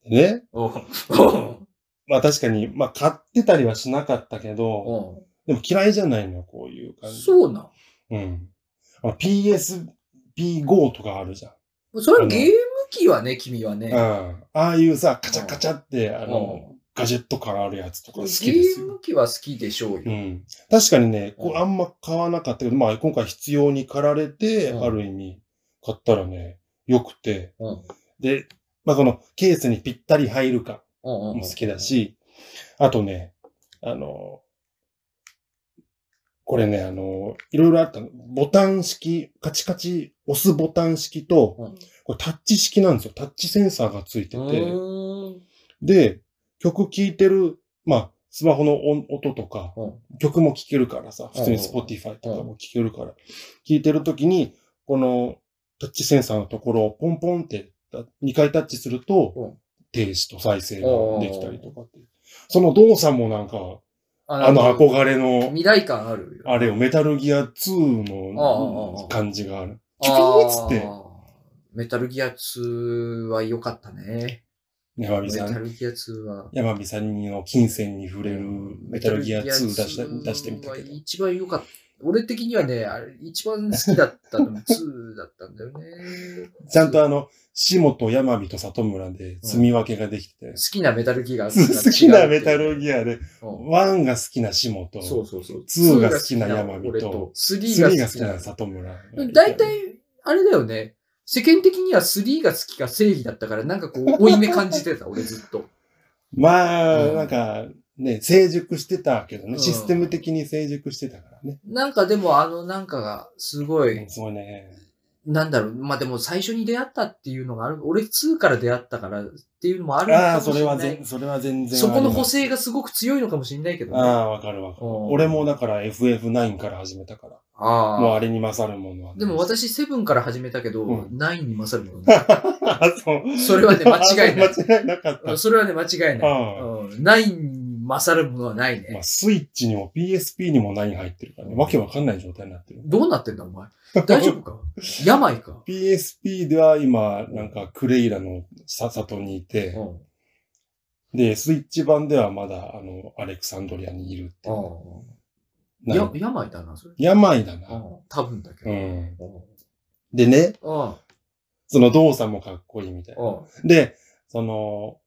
S1: ね
S2: おうおう
S1: まあ確かに、まあ買ってたりはしなかったけど、
S2: おう
S1: でも嫌いじゃないのよ、こういう感じ。
S2: そうな
S1: うん。あ PSP-GO とかあるじゃん。
S2: ん。それはゲーム機はね、君は
S1: うん。
S2: ね。
S1: ああいうさ、カチャカチャって、あ
S2: う
S1: の、ガジェット感あるやつとか
S2: ゲ
S1: 好きです
S2: ー
S1: よ。
S2: ム機は好きでしょう
S1: う
S2: よ。
S1: ん。確かにね、こ
S2: う
S1: うんあんま買わなかったけど、まあ今回必要に駆られて、
S2: うん
S1: ある意味買ったらね、良くて。
S2: うんうん
S1: で、まあそのケースにぴったり入るか
S2: うんうん
S1: も好きだ。し、あとね、あの、これね、あの、いろいろあったの。ボタン式、カチカチ押すボタン式と、
S2: うん
S1: これタッチ式なんですよ。タッチセンサーがついて
S2: う
S1: て、
S2: ーん
S1: で、曲聴いてる、まあ、スマホの音音とか、
S2: うん
S1: 曲も聴けるからさ、普通に
S2: うん
S1: Spotify とかも聴けるから、聴いてるときに、このタッチセンサーのところをポンポンって2回タッチする
S2: う
S1: と
S2: ん、
S1: 停止と再生ができたりとかって。その動作もなんか、
S2: あ
S1: あの憧れの、
S2: 未来感あるよ。
S1: あれをメタルギア2
S2: あああ
S1: の
S2: あ
S1: 感じがある。
S2: あ
S1: キュキューっつって、
S2: ーメタルギア2は良かったね。
S1: 山
S2: メ
S1: 美さ
S2: タ
S1: ん。
S2: ルギア2は。
S1: 山美さんの金銭に触れるメタルギア2出した出してみたけ
S2: メタルギア2
S1: ど
S2: は。一番良かった。俺的にはね、あれ、一番好きだっ たのも2だったんだよね。
S1: ちゃんとあの、下と山美と里村で積み分けができてたよ
S2: 好きなメタルギアが違うっていう
S1: 好きなメタルギアで、
S2: うん
S1: 1が好きな下と、
S2: そうそうそう。
S1: 2が好きな山
S2: 俺
S1: 見と、
S2: 3
S1: 3が
S2: が好
S1: 好
S2: き
S1: きな
S2: な。
S1: 里村。
S2: 大体、あれだよね。世間的には3が好きが正義だったから、なんかこう、負い目感じてた、俺ずっと。
S1: まあ、
S2: うん
S1: なんか、ね、成熟してたけど
S2: う
S1: ね、
S2: ん
S1: システム的に成熟してたからね。
S2: なんかでも、あの、なんかが、すごい、
S1: すごいね。
S2: なんだろう、まあでも最初に出会ったっていうのがある、俺2から出会ったからっていうのもあるの
S1: ああ、
S2: かも
S1: そ
S2: し
S1: れ
S2: れな。
S1: はい全、それは全然。
S2: そこの補。正がすごく強いのかもしれないけどね。
S1: ああ、わかるわかる。
S2: うん
S1: 俺もだから FF9 から始めたから。
S2: あ
S1: もうあれに勝るものは。
S2: でも、私7から始めたけど、
S1: うん
S2: 9に勝るものね。
S1: あ、 そう。
S2: それはね、間 違いない。
S1: 間違いなかった
S2: うん。それはね、間違いない。
S1: ああ
S2: うん9に勝るものはない
S1: まあ、
S2: ね。
S1: スイッチにも PSP にも何入ってるからね。わけわかんない状態になってる。
S2: どうなってんだ、お前。大丈 夫か病か。
S1: PSP では今、なんかクレイラのさ里にいて、
S2: うん
S1: で、スイッチ版ではまだ、あの、アレクサンドリアにいるっていう。
S2: うん。
S1: な
S2: や
S1: ん、か
S2: 病だな、それ。
S1: 病だ
S2: う
S1: な。
S2: ん多分だけど。
S1: う。
S2: うんん
S1: でね、
S2: うん。
S1: その動作もかっこいいみたいな。
S2: うん
S1: で、その、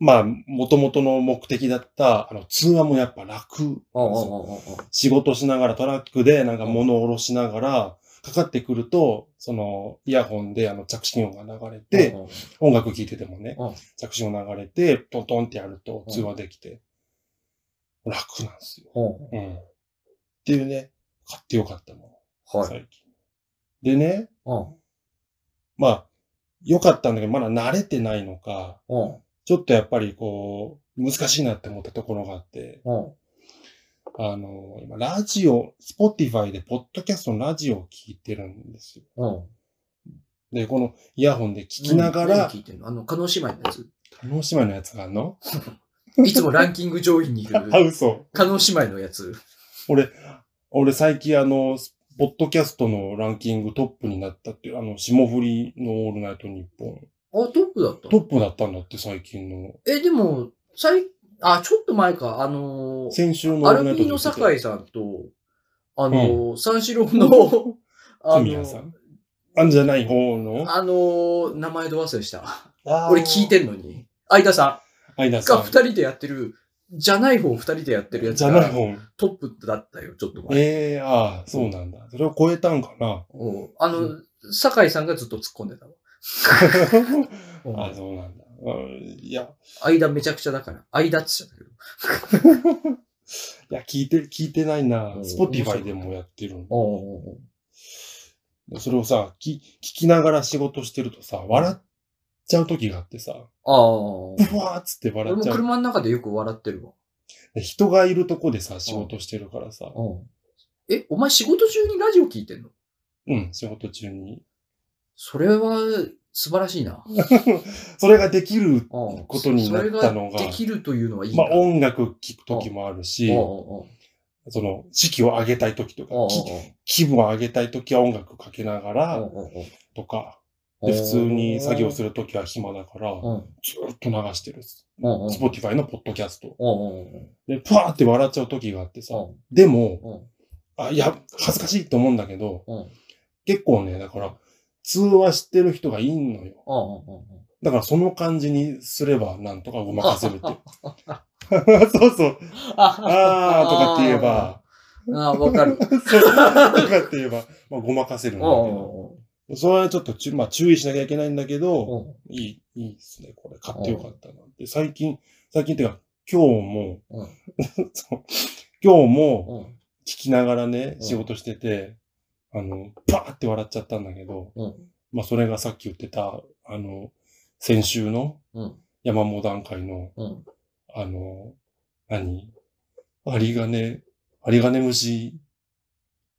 S1: まあ、元々の目的だった、あの、通話もやっぱ楽。
S2: うんうんうんうんうん
S1: 仕事しながらトラックでなんか物を下ろしながら、かかってくると、その、イヤホンであの着信音が流れて、音楽聴いててもね
S2: うん、
S1: 着信音流れて、トントンってやると
S2: うん
S1: 通話できて、楽なんですよ。
S2: うんうん
S1: うん。っていうね、買ってよかったもの、
S2: はい。
S1: 最近。でね、
S2: うん
S1: まあ、良かったんだけど、まだ慣れてないのか、
S2: うん
S1: ちょっとやっぱりこう、難しいなって思ったところがあって、
S2: うん
S1: あの、今、ラジオ、スポティファイで、ポッドキャストのラジオを聞いてるんですよ。
S2: うん。
S1: で、このイヤホンで聞きなが
S2: 何
S1: ら、
S2: 聞いてんのあの、加納姉妹のやつ。
S1: 叶姉妹のやつがあんの
S2: いつもランキ ング上位にいる。
S1: あ、嘘。
S2: 加納姉妹のやつ。
S1: 俺、俺最近あの、スポッドキャストのランキングトップになったっていう、あの、霜降りのオールナイト日本。
S2: あ、トップだった
S1: トップだったんだって、最近の。
S2: え、でも、最、あ、ちょっと前か、あのー
S1: 先週のオー
S2: ア
S1: ル
S2: ル
S1: ナイ
S2: ミ
S1: ト
S2: ーの
S1: 出てた
S2: 酒井さんと、あのー三四 郎の、あの
S1: 神谷さんあんじゃない方の
S2: あのー名前ど忘れした。
S1: あー
S2: 俺聞いてんのに。相田さ
S1: 相田
S2: んが
S1: さ
S2: 二人でやってる、じゃない方二人でやってるや
S1: ん。
S2: つ
S1: じゃない
S2: が
S1: 方。
S2: トップだったよ、ちょっと前。
S1: ええああ、そうなんだ。それを超えたんかな。
S2: うんあ
S1: う
S2: の、酒井さんがずっと突っ込んでたわ。うん
S1: ああ、そうなんだ。うんいや、
S2: 間めちゃくちゃだから。間っつっちゃったけど。
S1: いや、聞いて、聞いてないな
S2: う。ん
S1: スポティファイでもやってるんだ
S2: おうおう
S1: それをさ、き聞きながら仕事してるとさ、笑っちゃう時があってさ、
S2: おうあ
S1: ふわーっつって
S2: あ。
S1: 笑
S2: 俺
S1: っ
S2: も
S1: ちゃう。
S2: 車の中でよく笑ってるわ。
S1: で人がいるとこでさ、仕事してるからさ、
S2: うんえ、お前仕事中にラジオ聞いてんの
S1: うん、仕事中に。
S2: それは素晴らしいな。
S1: それができる、
S2: こ
S1: ことになったのが
S2: それができるというのはいいな。
S1: まあ音楽聴く時もあるし、
S2: おうおう
S1: その、式を上げたい時とか
S2: おうおう、
S1: き気分を上げたい時は音楽かけなが
S2: お
S1: ら
S2: うおうおう
S1: とか、
S2: おう
S1: で、普通に作業する時は暇だから、
S2: うん
S1: ずーっと流してる。ス
S2: うんうん
S1: ポティファイのポッドキャスト。
S2: うんうんうん
S1: で、ぷわーって笑っちゃう時があってさ、
S2: うん
S1: でも、
S2: うん
S1: あ、いや、恥ずかしいと思うんだけど、
S2: うん
S1: 結構ね、だから、通話してる人がいんのよ。
S2: うんうんうん
S1: だからその感じにすればなんとかごまかせるって。 そうそう。あーとかって言え ば、
S2: ああ、わかる。
S1: そうとかって言えば、まあ、ごまかせるんだけ
S2: お
S1: ど。
S2: う
S1: それはちょっとちゅ、まあ、注意しなきゃいけないんだけ
S2: おう
S1: ど、
S2: おう
S1: いい、いいですね。これ買ってよかったなって。最近、最近っていうか、今日も、
S2: うん
S1: そう今日も、
S2: うんうん
S1: 聞きながらね、
S2: うん
S1: 仕事してて、あの、バーって笑っちゃったんだけど、
S2: うん
S1: まあそれがさっき言ってた、あの、先週の
S2: うん
S1: 山モダン会の、
S2: うん
S1: あの、何針金、針金虫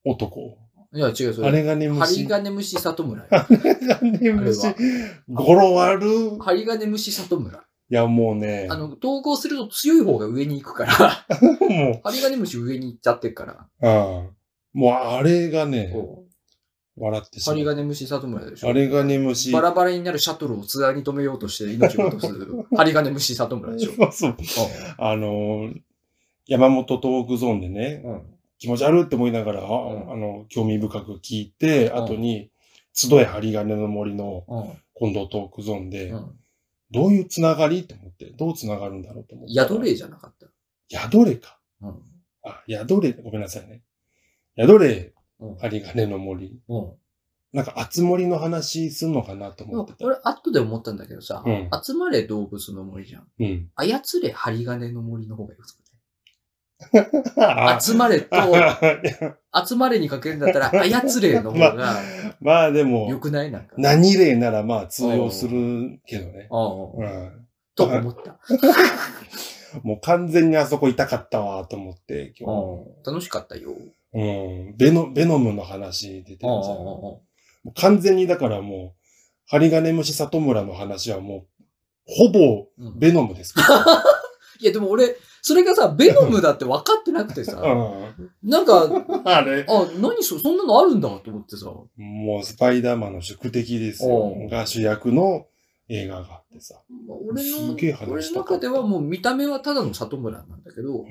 S1: 男。
S2: いや、違う、それ。
S1: 針金
S2: 針
S1: 虫。
S2: 金虫里村。
S1: 針金虫
S2: あ。
S1: 語呂悪い
S2: 針金虫里村。
S1: やもうね、
S2: あの、投稿すると強い方が上に行 くから、
S1: も
S2: 針金虫上に行っちゃってるから、
S1: う、ああもうあれがね、
S2: こ
S1: 笑って
S2: う
S1: しま
S2: 針
S1: う。
S2: 金虫里村でしょ。
S1: 針金虫。
S2: バラバラになるシャトルをツアーに止めようとして命を 落とす針金虫里村でしょ。
S1: そうそう。あのー山本トークゾーンでね、
S2: うん
S1: 気持ち悪いって思いながら、あ
S2: ん
S1: あの、興味深く聞いて、
S2: うん
S1: 後に、集え針金の森の
S2: うん
S1: 近藤トークゾーンで、
S2: うん
S1: どういうつながりと思って、どうつながるんだろうと思って。
S2: 宿霊じゃなかった。
S1: 宿れか。
S2: うん
S1: あ、宿れ、ごめんなさいね。宿れ、
S2: うん
S1: 針金の森。
S2: うん
S1: なんか、あつ森の話すんのかなと
S2: で
S1: 思っ
S2: も
S1: てた。
S2: 俺、後で思ったんだけどさ、
S1: うん
S2: 集まれ動物の森じゃん。
S1: うん。
S2: 操れ針金の森の方がよく
S1: あ
S2: 集まれと、
S1: いや
S2: 集まれにかけるんだったら、操れの方が
S1: まあで
S2: 良
S1: も、
S2: くないなんか。
S1: 何例ならまあ通用するけどね。
S2: ああ
S1: うん。
S2: と思った。
S1: もう完全にあそこ痛かったわと思って、今
S2: 楽しかったよ。
S1: 日。うん。ベノ、ベノムの話出てるじゃん。もう完全にだからもう、針金虫里村の話はもう、ほぼ
S2: うん
S1: ベノムですから。
S2: いや、でも俺、それがさ、ベノムだって分かってなくてさ、
S1: うん。
S2: なんか、
S1: あれ
S2: あ、何そ、そんなのあるんだと思ってさ。
S1: もうスパイダーマンの宿敵です
S2: う
S1: よ
S2: ん。
S1: が主役の映画があってさ。
S2: 俺
S1: す
S2: の
S1: げえ話したか、った
S2: 俺の中ではもう見た目はただの里村なんだけど、
S1: うん。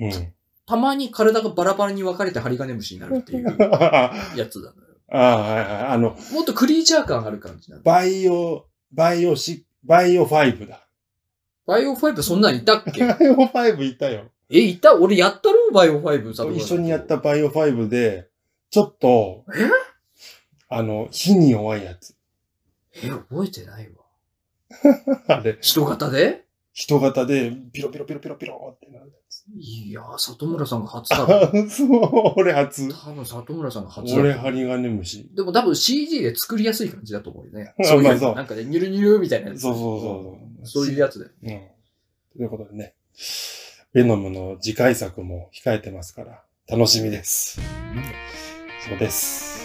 S2: たまに体がバラバラに分かれて針金虫になるっ ていう
S1: あ
S2: やつなのよ。
S1: あ、はいはい。あの、
S2: もっとクリーチャー感ある感じなの。
S1: バイオ、バイオシ、バイオファイブだ。
S2: バイオ5そんなんいたっけ
S1: バイオファイブいたよ。
S2: え、いた俺やったろバイオ5里村。
S1: 一緒にやった。バイオファイブで、ちょっと、あの、火に弱いやつ。
S2: え、覚えてないわ。
S1: あれ、
S2: 人型で
S1: 人型で、ピロピロピロピロピロってなる
S2: いやー、里村さんが初だろ。
S1: やつ。そう、俺初。
S2: 多分里村さんが初だろ
S1: 俺、針金虫。
S2: でも多分 CG で作りやすい感じだと思うよね。
S1: うん
S2: そうい
S1: まあ
S2: う、
S1: そう
S2: なんかね、ニュルニュルみたいな
S1: そう
S2: やつ。
S1: そうそう。
S2: そういうやつだよ。
S1: うん。ということでね、ベノムの次回作も控えてますから、楽しみです。そうです。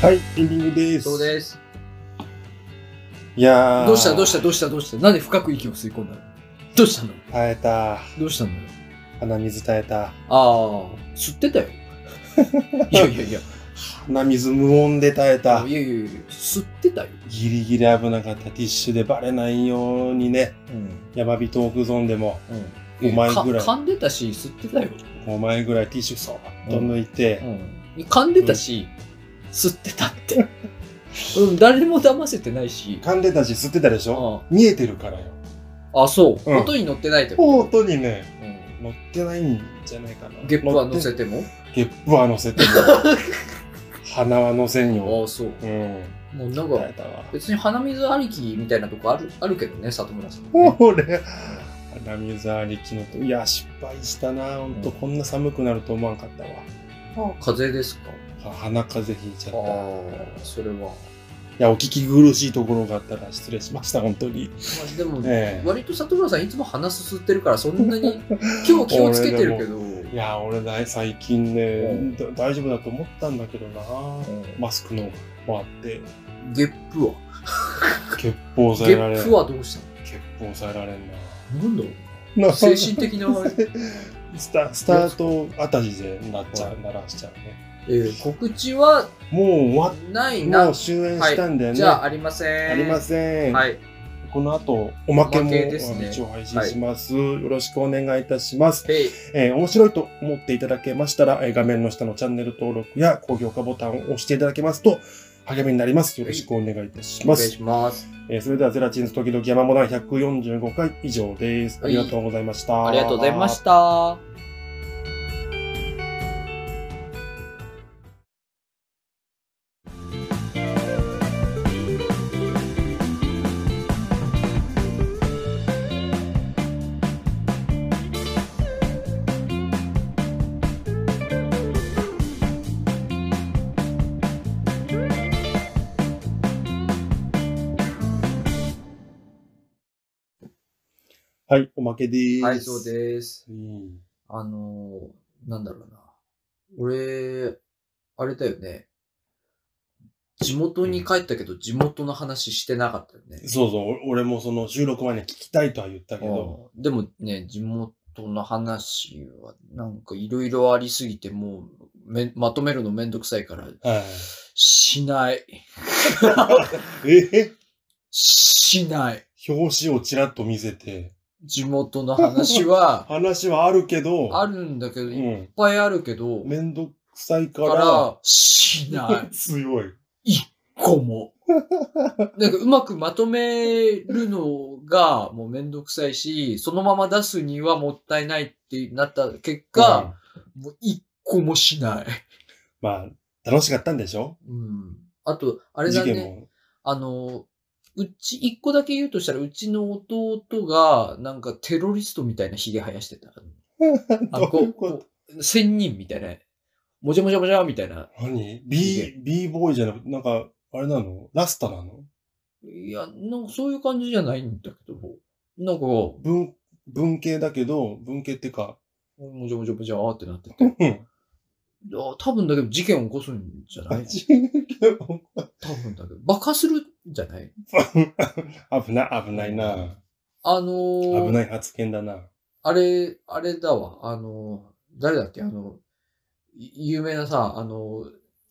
S1: はい、エンディングです。
S2: そうです。
S1: いやー。
S2: どうしたどうしたどうしたどうしたなんで深く息を吸い込んだのどうしたの
S1: 耐えた。
S2: どうしたの
S1: 鼻水耐えた。
S2: ああ、吸ってた よ。いやいやいや。
S1: 鼻水無音で耐えた
S2: い。やいやいや、吸ってたよ。
S1: ギリギリ危なかった。ティッシュでバレないようにね。
S2: うん。
S1: 山火トークゾーンでも
S2: うん。
S1: お前ぐらい
S2: か噛んでたし、吸ってたよ。
S1: 5枚ぐらいティッシュそーっと抜いて、
S2: うん。噛んでたし、吸って たって。うん、誰も騙せてないし。
S1: 噛んでたし吸ってたでしょ、
S2: あ
S1: 見えてるからよ。
S2: あ、そう。
S1: うん
S2: 音に乗ってないってこと。
S1: 音にね、
S2: うん
S1: 乗ってないんじゃないかな。
S2: ゲップは乗
S1: 乗っ
S2: せても
S1: て。ゲップは乗せ ても。鼻は乗せんよ。
S2: ああ、そう。
S1: うん。
S2: もうなん
S1: 耐え
S2: か、
S1: たわ。
S2: 別に鼻水ありきみたいなとこあるあるけどね、里村さん、ね。
S1: 俺、鼻水ありきのと、いや、失敗したな。ほんと、こんな寒くなると思わんかったわ。
S2: 風邪ですか
S1: は鼻風邪ひいちゃ
S2: あ
S1: った。
S2: あ、それは。ま
S1: いや、お聞き苦しいところがあったら失礼しました、本当に。
S2: あ、でも、
S1: ええ
S2: 割と里村さんいつも鼻すすってるから、そん なに、今日気をつけてるけど。
S1: いや、俺ね、最近ね、
S2: うん
S1: だ大丈夫だと思ったんだけどな。マスクのもあって、
S2: ゲップは
S1: 血泡抑
S2: ゲ
S1: えられ
S2: ッ
S1: ん。
S2: プはどうし
S1: 血泡抑えられんな。
S2: たのなんだろ
S1: な
S2: う精神的な、
S1: スタスタートあたりでなっちゃう、ならしちゃうね。
S2: えー告知は
S1: もう終わっ
S2: ない
S1: も
S2: な
S1: う。終焉したんだよね。
S2: じゃあ、ありません。
S1: ありません。
S2: はい。
S1: この後、おまけも
S2: おまけですね
S1: 一応配信します、よろしくお願いいたします。
S2: へい。
S1: えー面白いと思っていただけましたら、えー画面の下のチャンネル登録や高評価ボタンを押していただけますと、励みになります。よろしくお願いいたし
S2: お願
S1: ま
S2: い
S1: す。
S2: します。
S1: えーそれでは、ゼラチンズ時々山村145回以上です。ありがとうございました。
S2: ありがとうございました。
S1: はい、おまけです。
S2: はい、そうです。
S1: うん
S2: あのー、なんだろうな。俺、あれだよね。地元に帰ったけど、地元の話してなかったよね。
S1: そうそう、お俺もその収録前に聞きたいとは言ったけど、
S2: うんでもね、地元の話は、なんかいろいろありすぎて、もうめ、まとめるのめんどくさいから、
S1: は
S2: しない。
S1: い、え
S2: しない。
S1: ー表紙をちらっと見せて、
S2: 地元の話は、
S1: 話 はあるけど、
S2: あるんだけど、
S1: う
S2: いっ
S1: ん、
S2: ぱいあるけど、
S1: めんどくさいか、
S2: からら、しな い。
S1: 強い。
S2: こ も。なんかうまくまとめるのがもうめんどくさいし、そのまま出すにはもったいないってなった
S1: う
S2: 結
S1: ん
S2: 果、もう一個もしない。
S1: まあ、楽しかったんでしょ
S2: うん。あと、あ
S1: あ
S2: れだ
S1: 事件
S2: ね。
S1: も。
S2: あの、うち、一個だけ言うとしたら、うちの弟が、なんかテロリストみたいなヒゲ生やし てた。あの、
S1: ど
S2: こ
S1: ういううこと
S2: こう、仙人みたいな。もじゃもじゃもじゃみたいな。
S1: 何 ?B、B ボーイじゃなくて、なんか、あれなのラスタなの
S2: いや、なんかそういう感じじゃないんだけど、なんか、
S1: 文、文系だけど、文系ってか、
S2: もじゃもじゃもじゃーってなってて。
S1: うん。
S2: いや多分だけど事件を起こすんじ ゃない
S1: 事件
S2: 多分だけど。爆破するんじゃない
S1: 危ない、危ないな。
S2: あのー、
S1: 危ない発言だな。
S2: あれ、あれだわ。あのー、誰だっけあの、い有名なさ、あの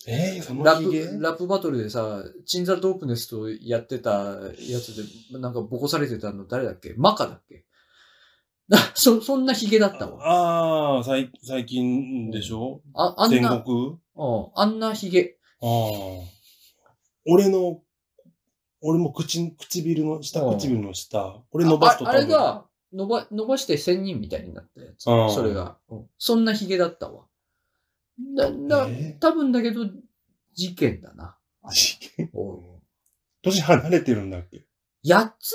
S1: えー、そ
S2: ー、
S1: の
S2: ラ
S1: ヒゲ
S2: ップ、ラップバトルでさ、チンザルドープネスとやってたやつで、なんかボコされてたの誰だっけマカだっけ なそ、そんなヒゲだったわ。
S1: ああ、最最近でしょ
S2: あ、あん
S1: 天
S2: な、うん、
S1: 国
S2: あんなヒゲ。
S1: ああ。俺の、俺も口、唇の下、
S2: うん
S1: 唇の下、俺伸ば
S2: あ
S1: すと
S2: ああれが、伸ば、伸ばして1000人みたいになったやつ。
S1: うん
S2: それが、うんそんなヒゲだったわ。だ、だ、
S1: えー
S2: 多分だけど、事件だな。
S1: 事件
S2: おう
S1: 年離れてるんだっけ
S2: 8つ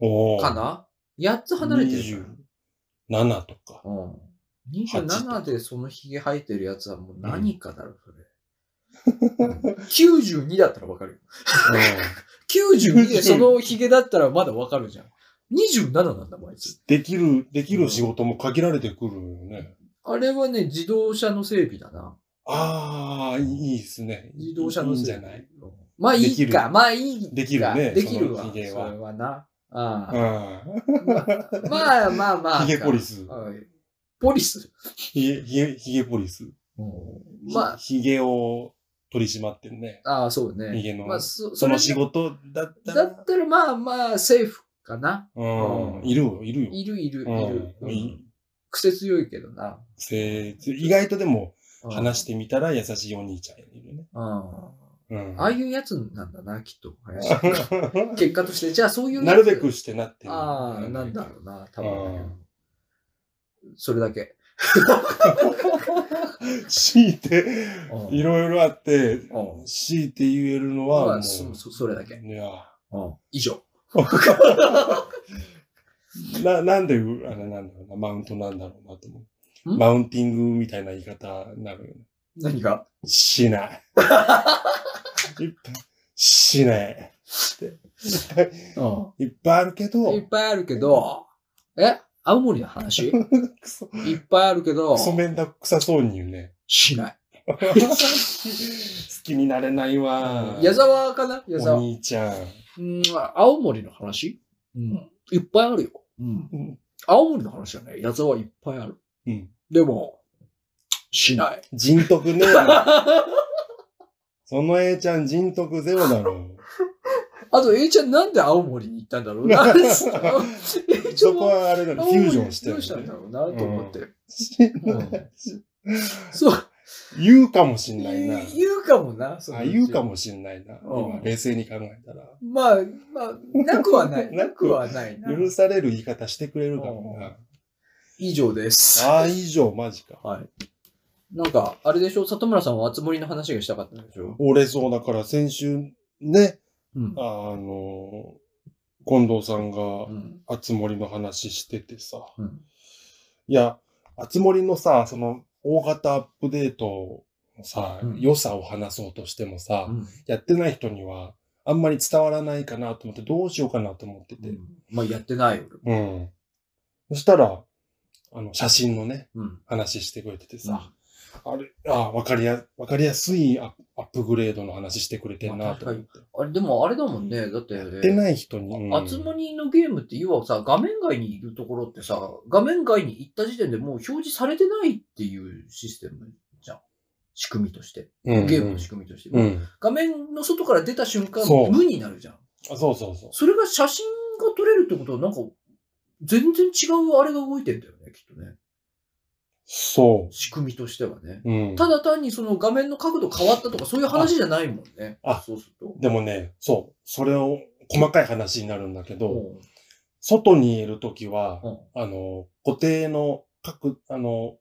S1: おお。
S2: かな ?8 つ離れてるか
S1: 27とか。
S2: ら。うん。27でそのヒゲ生えてるやつはもう何かだろ、そ れ。うん92だったらわかるよ。92でそのヒゲだったらまだわかるじゃん。27なんだもん、あいつ。
S1: できる、できる仕事も限られてくるよね。
S2: あれはね、自動車の整備だな。
S1: ああ、いいですね。
S2: 自動車の
S1: いいん
S2: せ
S1: じ
S2: い
S1: ゃない
S2: まあい
S1: でき
S2: い
S1: る
S2: か、まあいいか。
S1: できるね
S2: できるわ。
S1: その
S2: そ
S1: ヒ
S2: れ
S1: ゲは
S2: はな。ああ
S1: う
S2: まあまあまあ。
S1: ん。ヒゲポリス。
S2: はい。ポリス。
S1: ヒゲ、ヒゲ、ヒゲポリス。
S2: ま
S1: ひヒゲを取り締まってるね。
S2: あ、ああ、そうね。
S1: ヒゲの
S2: まあ、そ
S1: そ
S2: れ
S1: の仕事だった
S2: だ
S1: ら。
S2: ったらまあまあ、セーフかな。
S1: う
S2: うん
S1: ん。いるよ、いるよ。
S2: いるいるい
S1: うん
S2: る。う
S1: い
S2: ん
S1: い
S2: 癖強いけどな。
S1: せー意外とでも、
S2: うん
S1: 話してみたら優しいお兄ちゃんいるね。
S2: うん
S1: うん。
S2: ああいうやつなんだな、きっと。林くん結果として、じゃあそういうやつ。
S1: なるべくしてなってる
S2: ああ、なんだ。ろうな、多
S1: う
S2: 分
S1: ん。
S2: それだ け。
S1: 強いて、
S2: うん
S1: いろいろあって、
S2: うん
S1: 強いて言えるの
S2: ま
S1: は、も
S2: あ、
S1: う、
S2: そそそれだけ。
S1: いや、
S2: うん以上。
S1: な、なんで、うあれなんだろうな、マウントなんだろうなと思う。
S2: ん
S1: マウンティングみたいな言い方になるよね。
S2: 何が
S1: し ない。いっぱい、しない。
S2: うん
S1: いっぱいあるけど
S2: い、っぱいあるけど、え青森の話い
S1: くそ、
S2: っぱいあるけど
S1: く、そめんだ臭そうに言うね。
S2: しない。
S1: 好きになれないわ。
S2: 矢沢かな矢
S1: お
S2: 沢。
S1: 兄ちゃん。
S2: うん、青森の話うん。いっぱいあるよ。うん。
S1: うん
S2: 青森の話はね、矢沢いっぱいある。
S1: うん。
S2: でも、し ない。
S1: 人徳ねえな。その A ちゃん人徳ゼロ だろう。
S2: あと、A ちゃんなんで青森に行ったんだろうな。A ちゃ
S1: そ
S2: ん
S1: こ
S2: は
S1: はあれだね、
S2: 青
S1: フュ
S2: 森に
S1: ージョンして
S2: どうしたんだろうなと思って。
S1: る。
S2: そう、
S1: 言うかもしんないな。
S2: 言うかもな。その
S1: あ、
S2: ち
S1: 言うかもしんないな。
S2: うん
S1: 今、冷静に考えたら。
S2: まあ、まあ、なくはない。な
S1: なく
S2: くはないな。
S1: 許される言い方してくれるかも
S2: う
S1: な。
S2: 以上です。
S1: ああ、以上、マジか。
S2: はい。なんか、あれでしょ里村さんは熱盛の話がしたかったんでしょ
S1: 折れそうだから、先週、ね、
S2: うん
S1: あ。の、近藤さんが
S2: う、ん。
S1: あつ森の話しててさ。
S2: うん。
S1: いや、あつ森のさ、その、大型アップデートのさ、
S2: うん
S1: 良さを話そうとしてもさ、
S2: うん
S1: やってない人には、あんまり伝わらないかなと思って、どうしようかなと思ってて。
S2: まあ、やってないよ。俺
S1: うん。そしたら、あの、写真のね、
S2: うん。
S1: 話してくれててさ、あれ、あわかりや、わかりやすいアップアップグレードの話してくれてん
S2: ま
S1: な
S2: あ
S1: と思って。
S2: あれ、でもあれだもんね。だって、
S1: やってない人に。うん
S2: あつ森のゲームって要はさ、画面外にいるところってさ、画面外に行った時点でもう表示されてないっていうシステムじゃん。仕組みとして。
S1: うん
S2: ゲームの仕組みとして。
S1: うん。
S2: 画面の外から出た瞬間
S1: そ、う
S2: 無になるじゃん。
S1: あそうそうそう。
S2: それが写真が撮れるってことは、なんか、全然違うあれが動いてんだよね、きっとね。
S1: そ
S2: 仕組みとしてはね。
S1: う。うん。
S2: ただ単にその画面の角度変わったとか、そういう話じゃないもんね。
S1: あ
S2: そうすると。
S1: でもね、そう。それを、細かい話になるんだけど、
S2: うん
S1: 外にいるときは、
S2: うん
S1: あの、固定の、各、あの、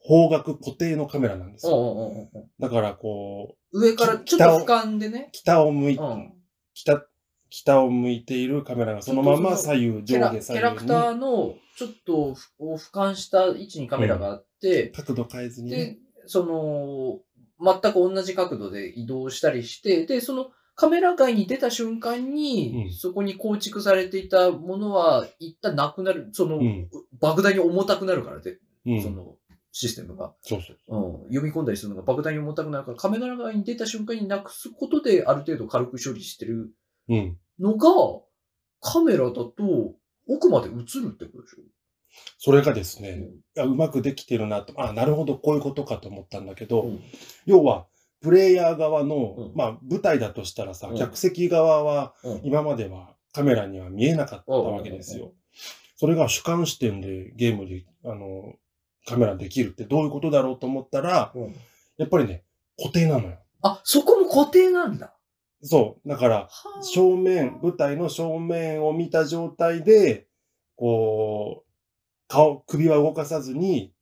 S1: 方角固定のカメラなんです
S2: う
S1: よ。
S2: んうんうんうん
S1: だから、こう、
S2: 上からちょっと俯瞰でね。
S1: 北を向いて、
S2: うん
S1: 北、北を向いているカメラがそのまま左右、
S2: キャ
S1: 上
S2: ラ
S1: 下
S2: キャラ
S1: 左
S2: ク
S1: 右
S2: タ
S1: に
S2: ーのちょっとふを俯瞰した位置にカメラがあって、
S1: 角度変えずにね。
S2: で、その、全く同じ角度で移動したりして、で、そのカメラ外に出た瞬間に、
S1: うん
S2: そこに構築されていたものは一旦なくなる、その、
S1: うん
S2: 莫大に重たくなるからで、
S1: うん。
S2: そ
S1: そう
S2: のシステムが、
S1: そう。
S2: うん、読み込んだりするのが莫大に重たくなるから、カメラ外に出た瞬間になくすことで、ある程度軽く処理してる
S1: うん。
S2: のが、カメラだと奥まで映るってことでしょ
S1: それがですね、いやうまくできてるなと、あ、なるほど、こういうことかと思ったんだけど、
S2: うん
S1: 要は、プレイヤー側の、
S2: うん
S1: まあ、舞台だとしたらさ、
S2: うん
S1: 客席側は、
S2: うん
S1: 今まではカメラには見えなかったわけですよ。それが主観視点でゲームで、あの、カメラできるってどういうことだろうと思ったら、
S2: うん
S1: やっぱりね、固定なのよ。
S2: あ、そこも固定なんだ。
S1: そう。だから、正面、舞台の正面を見た状態で、こう、顔、首は動かさずに、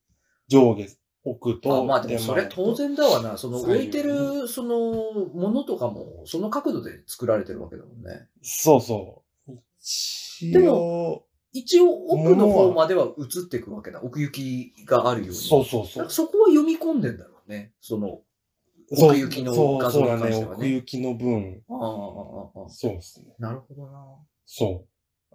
S1: 上下、奥と、
S2: あまあでもそれ
S1: 手前と
S2: 当。然だわな。その
S1: 左
S2: 置
S1: 右
S2: いてる、そのものとかも、その角度で作られてるわけだもんね。
S1: そうそう。一
S2: で
S1: 応、
S2: 一応奥の方までは映っていくわけだ。奥行きがあるように。
S1: そうそう
S2: だか
S1: そ
S2: ら
S1: う。
S2: そこは読み込んでんだろうね。その、
S1: そう
S2: 奥行きの画像に関して
S1: そうそうだね
S2: はね
S1: 奥行きの分。
S2: ああああああ、
S1: そうですね。
S2: なるほどな。
S1: そう。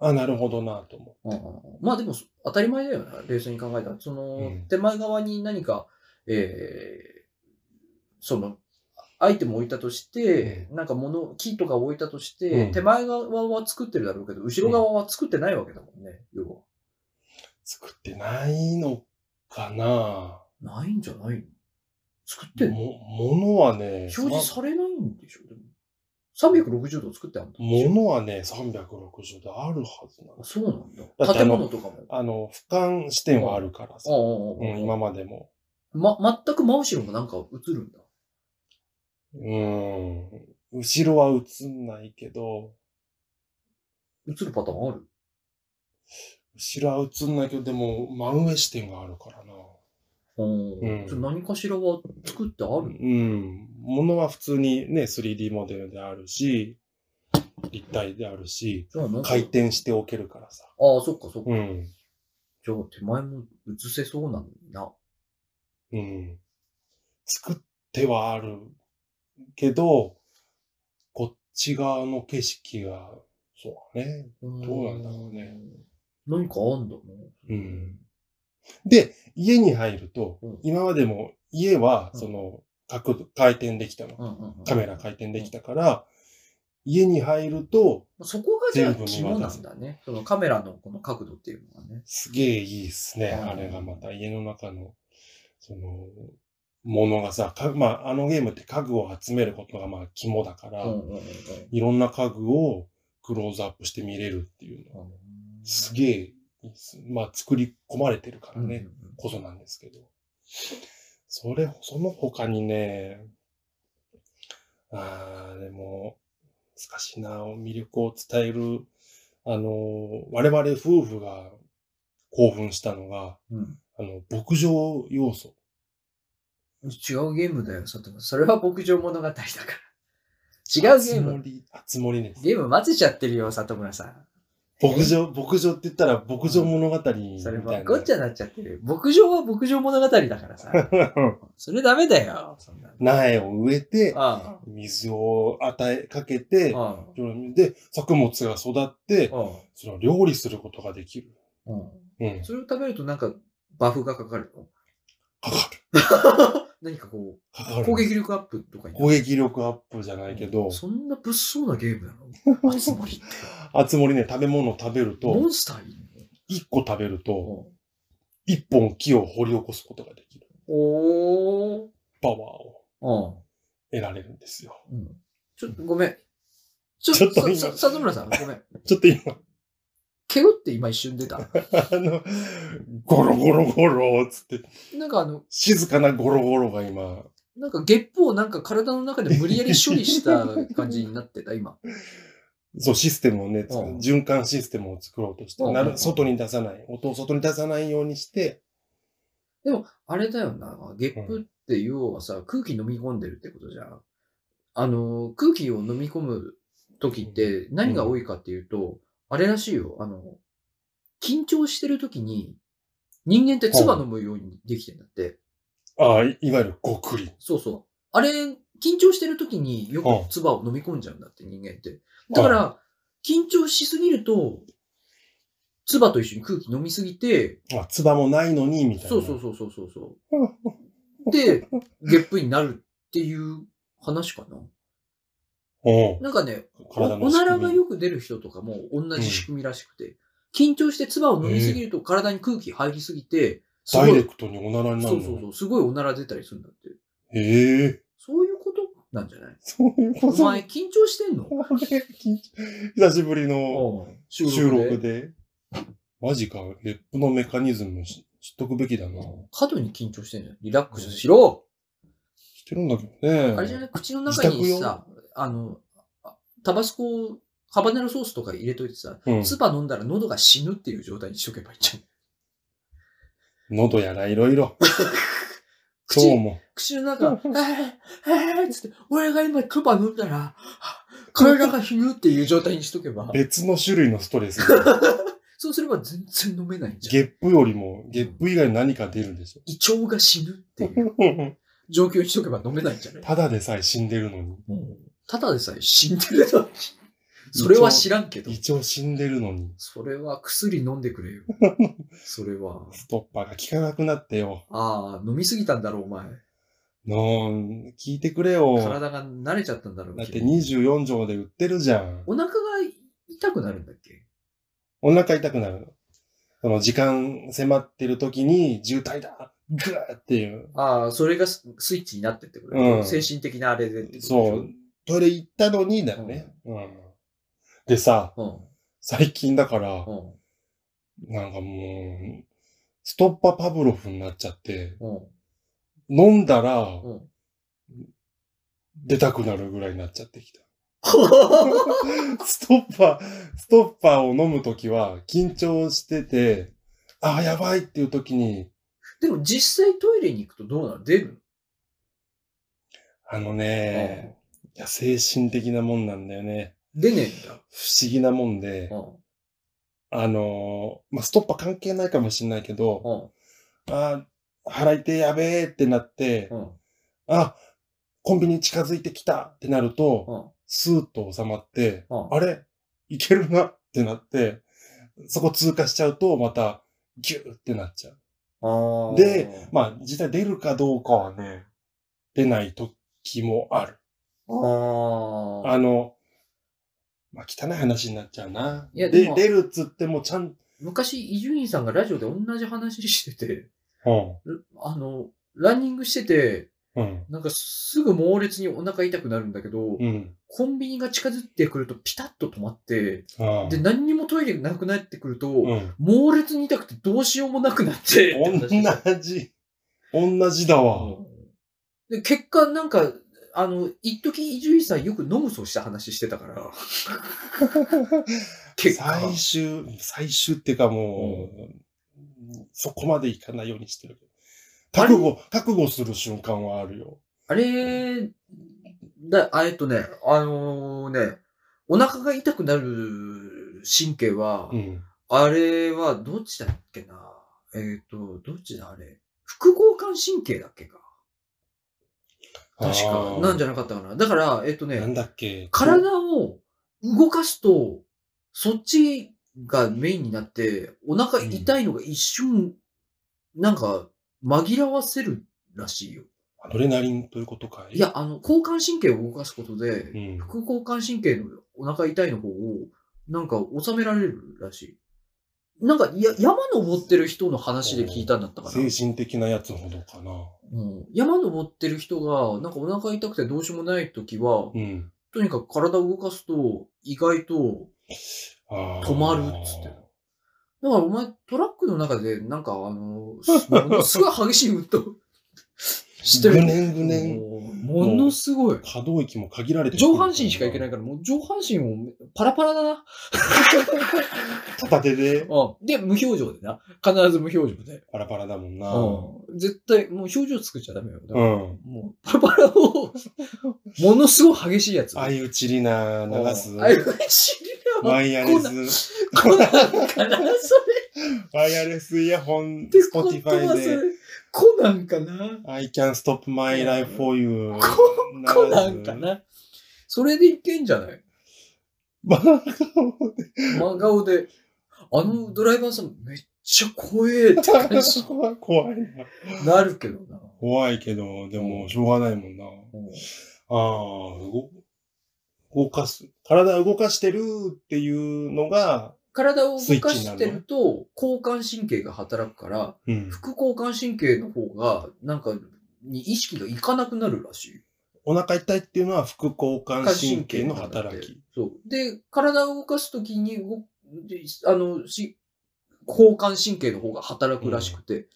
S1: あ、なるほどなと思
S2: ああまあでもそ当たり前だよな、冷静に考えたら。その、
S1: うん
S2: 手前側に何か、えその、アイテムを置いたとして、
S1: う
S2: なんか物、木とかを置いたとして、
S1: うん
S2: 手前側は作ってるだろうけど、後ろ側は作ってないわけだもんね、要は。
S1: 作ってないのかな
S2: ないんじゃないの作ってんの
S1: も、物はね、
S2: 表示されないんでしょでも360度作ってあるんだ。
S1: 物はね、360度あるはずなの
S2: あ。そうなん
S1: だ
S2: だ。
S1: ってあ
S2: 建
S1: の
S2: 物とかも。
S1: あの、俯瞰視点はあるからさ。う
S2: あああ
S1: ん、
S2: あ
S1: 今までも。
S2: ま、全く真後ろもなんか映るんだ。
S1: うん。後ろは映んないけど、
S2: 映るパターンある
S1: 後ろは映んないけど、でも、真上視点があるからな。
S2: うん
S1: ん
S2: ちょ何かしらは作ってあ
S1: う
S2: る
S1: ん。物は普通にね、3D モデルであるし、立体であるし、
S2: じゃあなんか
S1: 回転しておけるからさ。
S2: ああ、そっかそっか。
S1: うん。
S2: じゃあ手前も映せそうなのにな。
S1: うん。作ってはあるけど、こっち側の景色が、そうだね。どうなんだろうね
S2: うん。何かあんだね。
S1: うん。で、家に入ると、
S2: うん
S1: 今までも家は、
S2: うん
S1: その、角度、回転できたの。
S2: うんうんうん
S1: カメラ回転できたから、家に入ると、
S2: そこがじゃあ
S1: 全部見渡す
S2: 肝なんだね。そのカメラのこの角度っていうのがね。
S1: すげえいいっすね。
S2: うん
S1: あれがまた家の中の、その、ものがさ、かまあ、あのゲームって家具を集めることがまあ肝だから、
S2: うんうんうんうん
S1: いろんな家具をクローズアップして見れるっていうのは、すげえいいっす、まあ作り込まれてるから
S2: うんうん
S1: ね、
S2: うん
S1: こそなんですけど。それ、その他にね、あーでも、難しいな、魅力を伝える、あの、我々夫婦が興奮したのが、
S2: うん
S1: あの、牧場要素。
S2: 違うゲームだよ、さても。それは牧場物語 だから。違うゲー
S1: あつ
S2: ム。
S1: 森、あつ森です。
S2: ゲーム混ぜちゃってるよ、里村さん。
S1: 牧場、牧場って言ったら牧場物語みたいな。
S2: そればっこっちゃなっちゃってる。牧場は牧場物語だからさ。それダメだよ、そんなの。
S1: 苗を植えて、
S2: あ
S1: 水を与え、かけて
S2: あ。、あ
S1: で、作物が育って
S2: あ。、ああ。
S1: それを料理することができる。
S2: うん。
S1: うん。
S2: それを食べるとなんか、バフがかかるの
S1: かかる。
S2: 何かこ
S1: か
S2: う、
S1: か
S2: 攻
S1: る。
S2: 撃力アップとかになる
S1: 攻撃力アップじゃないけど、
S2: そんな物騒なゲー ムなのあつ森って。
S1: あつ森ね、食べ物を食べる
S2: モ
S1: と、
S2: ンスターいる
S1: 一個食べる
S2: の
S1: と、一本木を掘り起こすことができる。
S2: おー。
S1: パワーを
S2: うん。
S1: 得られるんですよ。
S2: うんちょっとごめん。ちょ
S1: ちょっと
S2: さ
S1: 今
S2: さ里村さん、ごめん。
S1: ちょっと今、
S2: ケロって今一瞬出た。
S1: あの、ゴロゴロゴロ、つって、
S2: なんかあの、
S1: 静かなゴロゴロが今、
S2: なんかゲップをなんか体の中で無理やり処理した感じになってた、今。
S1: そう、システムをね、
S2: うん
S1: 循環システムを作ろうとして、
S2: うん
S1: なる外に出さない、音を外に出さないようにして、
S2: でも、あれだよな、ゲップって要はさ、空気飲み込んでるってことじゃん。あの、空気を飲み込む時って何が多いかっていうと、あれらしいよ、あの、緊張してる時に、人間って唾飲むようにできてんだって。
S1: ああ、いいわゆるごくり。
S2: そうそう。あれ、緊張してる時によ
S1: うん
S2: く唾を飲み込んじゃうんだって、人間って。だから、緊張しすぎると、唾と一緒に空気飲みすぎて、
S1: あ、つばもないのに、みたいな。
S2: そうそうそうそうそう そう。で、ゲップになるっていう話かな。
S1: うん。
S2: なんかね、お
S1: 体の
S2: お
S1: 仕組み
S2: ならがよく出る人とかも同じ仕組みらしくて、緊張して唾を飲みすぎると体に空気入りすぎて、す
S1: ダ
S2: ご
S1: イ
S2: い
S1: レクトにおならにな
S2: そ
S1: るの。
S2: うそうそう、すごいおなら出たりするんだって。
S1: へえ
S2: そういうことなんじゃない
S1: そういうこ
S2: お
S1: と。
S2: 前緊張してんの
S1: これ緊張久しぶりの
S2: 収
S1: 収録
S2: で。
S1: で。マジか、ゲップのメカニズムし知っとくべきだな。
S2: 過度に緊張してんじゃん。リラックスしろ、
S1: してるんだけどね。
S2: あれじゃない口の中に
S1: 自宅
S2: さ、あの、あタバスコ、ハバネロソースとか入れといてさ、
S1: うん。
S2: スパ飲んだら喉が死ぬっていう状態にしとけばいいじ ゃん。
S1: 喉やらいろいろ。
S2: 口
S1: そうも。
S2: 口の中、えー、えー、つって、俺が今クバ飲んだら、あ体が死ぬっていう状態にしとけば、
S1: 別の種類のストレス。
S2: そうすれば全然飲めないじゃん。
S1: ゲップよりも、ゲップ以外に何か出るんでしょ。
S2: 胃腸が死ぬっ ていう 状況にしとけば飲めないんじゃない
S1: ただでさえ死んでるのに。
S2: もうただでさえ死んでるのに。それは知らんけど。
S1: 一応死んでるのに。
S2: それは薬飲んでくれよ。それは。
S1: ストッパーが効かなくなってよ。
S2: ああ、飲みすぎたんだろう、お前。
S1: なん聞いてくれよ。
S2: 体が慣れちゃったんだろう
S1: だ
S2: け
S1: って
S2: ど。
S1: 24条で売ってるじゃん。
S2: お腹が痛くなるんだっけ
S1: お腹痛くなる。その時間迫ってる時に渋滞だぐーっていう。
S2: ああ、それがススイッチになってってくる、
S1: うん
S2: 精神的なあれでってことでしょ
S1: そう。。トイレ行ったのにだよね。うん。でさ、
S2: う
S1: 最近だから、
S2: ん。うん。
S1: なんかもう、ストッパパブロフになっちゃって、
S2: うん。
S1: 飲んだら
S2: うん。
S1: 出たくなるぐらいになっちゃってきた。 ストッパー、ストッパーを飲むときは緊張してて、あー、やばいっていうときに、
S2: でも実際トイレに行くとどうなる出る
S1: あのね、いや精神的なもんなんだよね。
S2: 出ねえんだ。
S1: 不思議なもんで、
S2: うん。
S1: あのーまあ、ストッパー関係ないかもしれないけど、
S2: うん。
S1: あー腹痛いやべえってなって、
S2: うん。
S1: あ、コンビニ近づいてきたってなると、
S2: うん。
S1: スーッと収まって、
S2: うん
S1: あれいけるなってなって、そこ通過しちゃうと、また、ギューってなっちゃう。
S2: あー
S1: で、まあ、実際出るかどうかはね、出ない時もある。
S2: ああ。
S1: あの、まあ、汚い話になっちゃうな。
S2: いやで
S1: で、
S2: も
S1: 出るっつってもちゃん、
S2: 昔、伊集院さんがラジオで同じ話してて、
S1: うん、
S2: あの、ランニングしてて、
S1: うん、
S2: なんかすぐ猛烈にお腹痛くなるんだけど、
S1: うん。
S2: コンビニが近づいてくるとピタッと止まって、
S1: うん
S2: で、何にもトイレがなくなってくると、
S1: うん。
S2: 猛烈に痛くてどうしようもなくなって、って話
S1: 同じ、同じだわ。
S2: で、結果、なんか、あの、一時伊集院さんよく飲むそうした話して たから。結果。
S1: 最終、最終っていうかもう、そこまでいかないようにしてる。覚悟、覚悟する瞬間はあるよ。
S2: あれ、だ、あえっとね、あのね、お腹が痛くなる神経は、
S1: うん。
S2: あれはどっちだっけなえっ、と、どっちだあれ。副交感神経だっけか確か。なんじ
S1: ゃ
S2: ゃなかったかなだから、えっ、とね、
S1: なんだっけ。
S2: 体を動かすと、そっちがメインになって、お腹痛いのが一瞬、なんか、紛らわせるらしいよ。
S1: アドレナリンということかい
S2: いや、あの、交感神経を動かすことで
S1: う、ん。
S2: 副交感神経のお腹痛いの方を、なんか収められるらしい。なんか、や、山登ってる人の話で聞いたんだったか
S1: 精
S2: な。
S1: 神的なやつほどかな。
S2: うん山登ってる人が、なんかお腹痛くてどうしようもない時は、
S1: うん。
S2: とにかく体を動かすと、意外と
S1: 止
S2: 止まるっつって。だからお前、トラックの中で、なんかあの、すものすごい激しい運動し
S1: ぐ
S2: てる。
S1: ねんぐねん。
S2: もうものすごい。
S1: 可動域も限られてくる
S2: 上半身しかいけないから、もう上半身もパラパラだな。
S1: 片手で
S2: うん。で、無表情でな。必ず無表情で。
S1: パラパラだもんな。
S2: うん。絶対、もう表情作っちゃダメよ。だから
S1: うん。
S2: もう、パラパラを、ものすごい激しいやつ。
S1: あいうちりな流す。
S2: あいう知りな
S1: ワイヤレス、
S2: こんなんかな、それ。
S1: ワイヤレスイヤホン、
S2: ってことは
S1: Spotify
S2: それ
S1: で、、
S2: コナンかな
S1: I can stop my life for you。
S2: コナンかなそれでいけんじゃない
S1: バカ
S2: 真顔で。あのドライバーさんめっちゃ怖えって感 じ
S1: 怖いな。
S2: になるけどな。
S1: 怖いけど、でも、しょうがないもんな。
S2: うん
S1: ああ、動動かす。体を動かしてるっていうのが、
S2: 体を動かしてると交感神経が働くから、
S1: うん、
S2: 副交感神経の方がなんかに意識がいかなくなるらしい。
S1: お腹痛いっていうのは副交感神経の
S2: 交感
S1: 働
S2: 神経
S1: き。
S2: そう。で、体を動かすときに動であのし、交感神経の方が働くらしくて、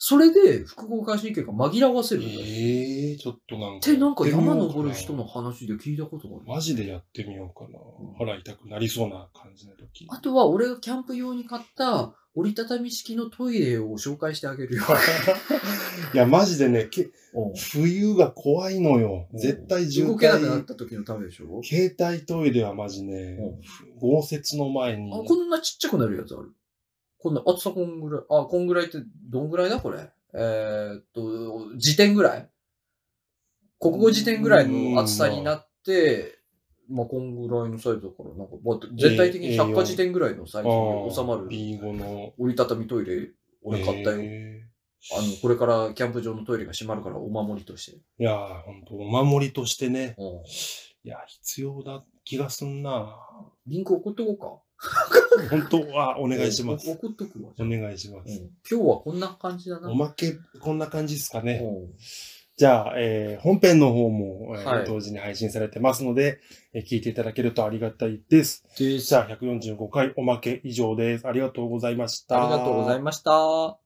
S2: それで副交感神経が紛らわせるんだよ
S1: ええちょっとなん
S2: っ
S1: か。
S2: てなんか山登る人の。話で聞いたことがある。
S1: マジでやってみようかな。腹痛くなりそうな感じの時。
S2: あとは俺がキャンプ用に買った折りたたみ式のトイレを紹介してあげる よ。
S1: いや、マジでね、け
S2: うん
S1: 冬が怖いのよ。
S2: うん
S1: 絶対渋
S2: 動けなくなっ
S1: 滞。
S2: た時のためでしょ
S1: 携帯トイレはマジね、豪雪の前に
S2: あ、、こんなちっちゃくなるやつある。こんな、厚さこんぐらい。あ、こんぐらいってどんぐらいだこれ。えーっと、辞典ぐらい国語辞典ぐらいの厚さになって、まあ、こんぐらいのサイズだから、なんか、まあ、全体的に百科辞典ぐらいのサイズに収まる
S1: B5 の
S2: 折りたたみトイレ、俺買ったよ。
S1: え
S2: あの、これからキャンプ場のトイレが閉まるからお守りとして。
S1: いやー、ほんと、お守りとしてね。
S2: うん。
S1: いや、必要だ気がすんな。
S2: リンク送っとこ
S1: 本当は、お
S2: うか。
S1: 願いします。
S2: お 送っとくわ。じゃ
S1: お
S2: あ
S1: 願いしま
S2: うん
S1: す。
S2: 今日はこんな感じだな。
S1: おまけ、こんな感じですかね。
S2: うん
S1: じゃあ、えー本編の方も、えー
S2: はい
S1: 同時に配信されてますので、えー聞いていただけるとありがたいです。
S2: で
S1: じゃあ、145回おまけ以上です。ありがとうございました。
S2: ありがとうございました。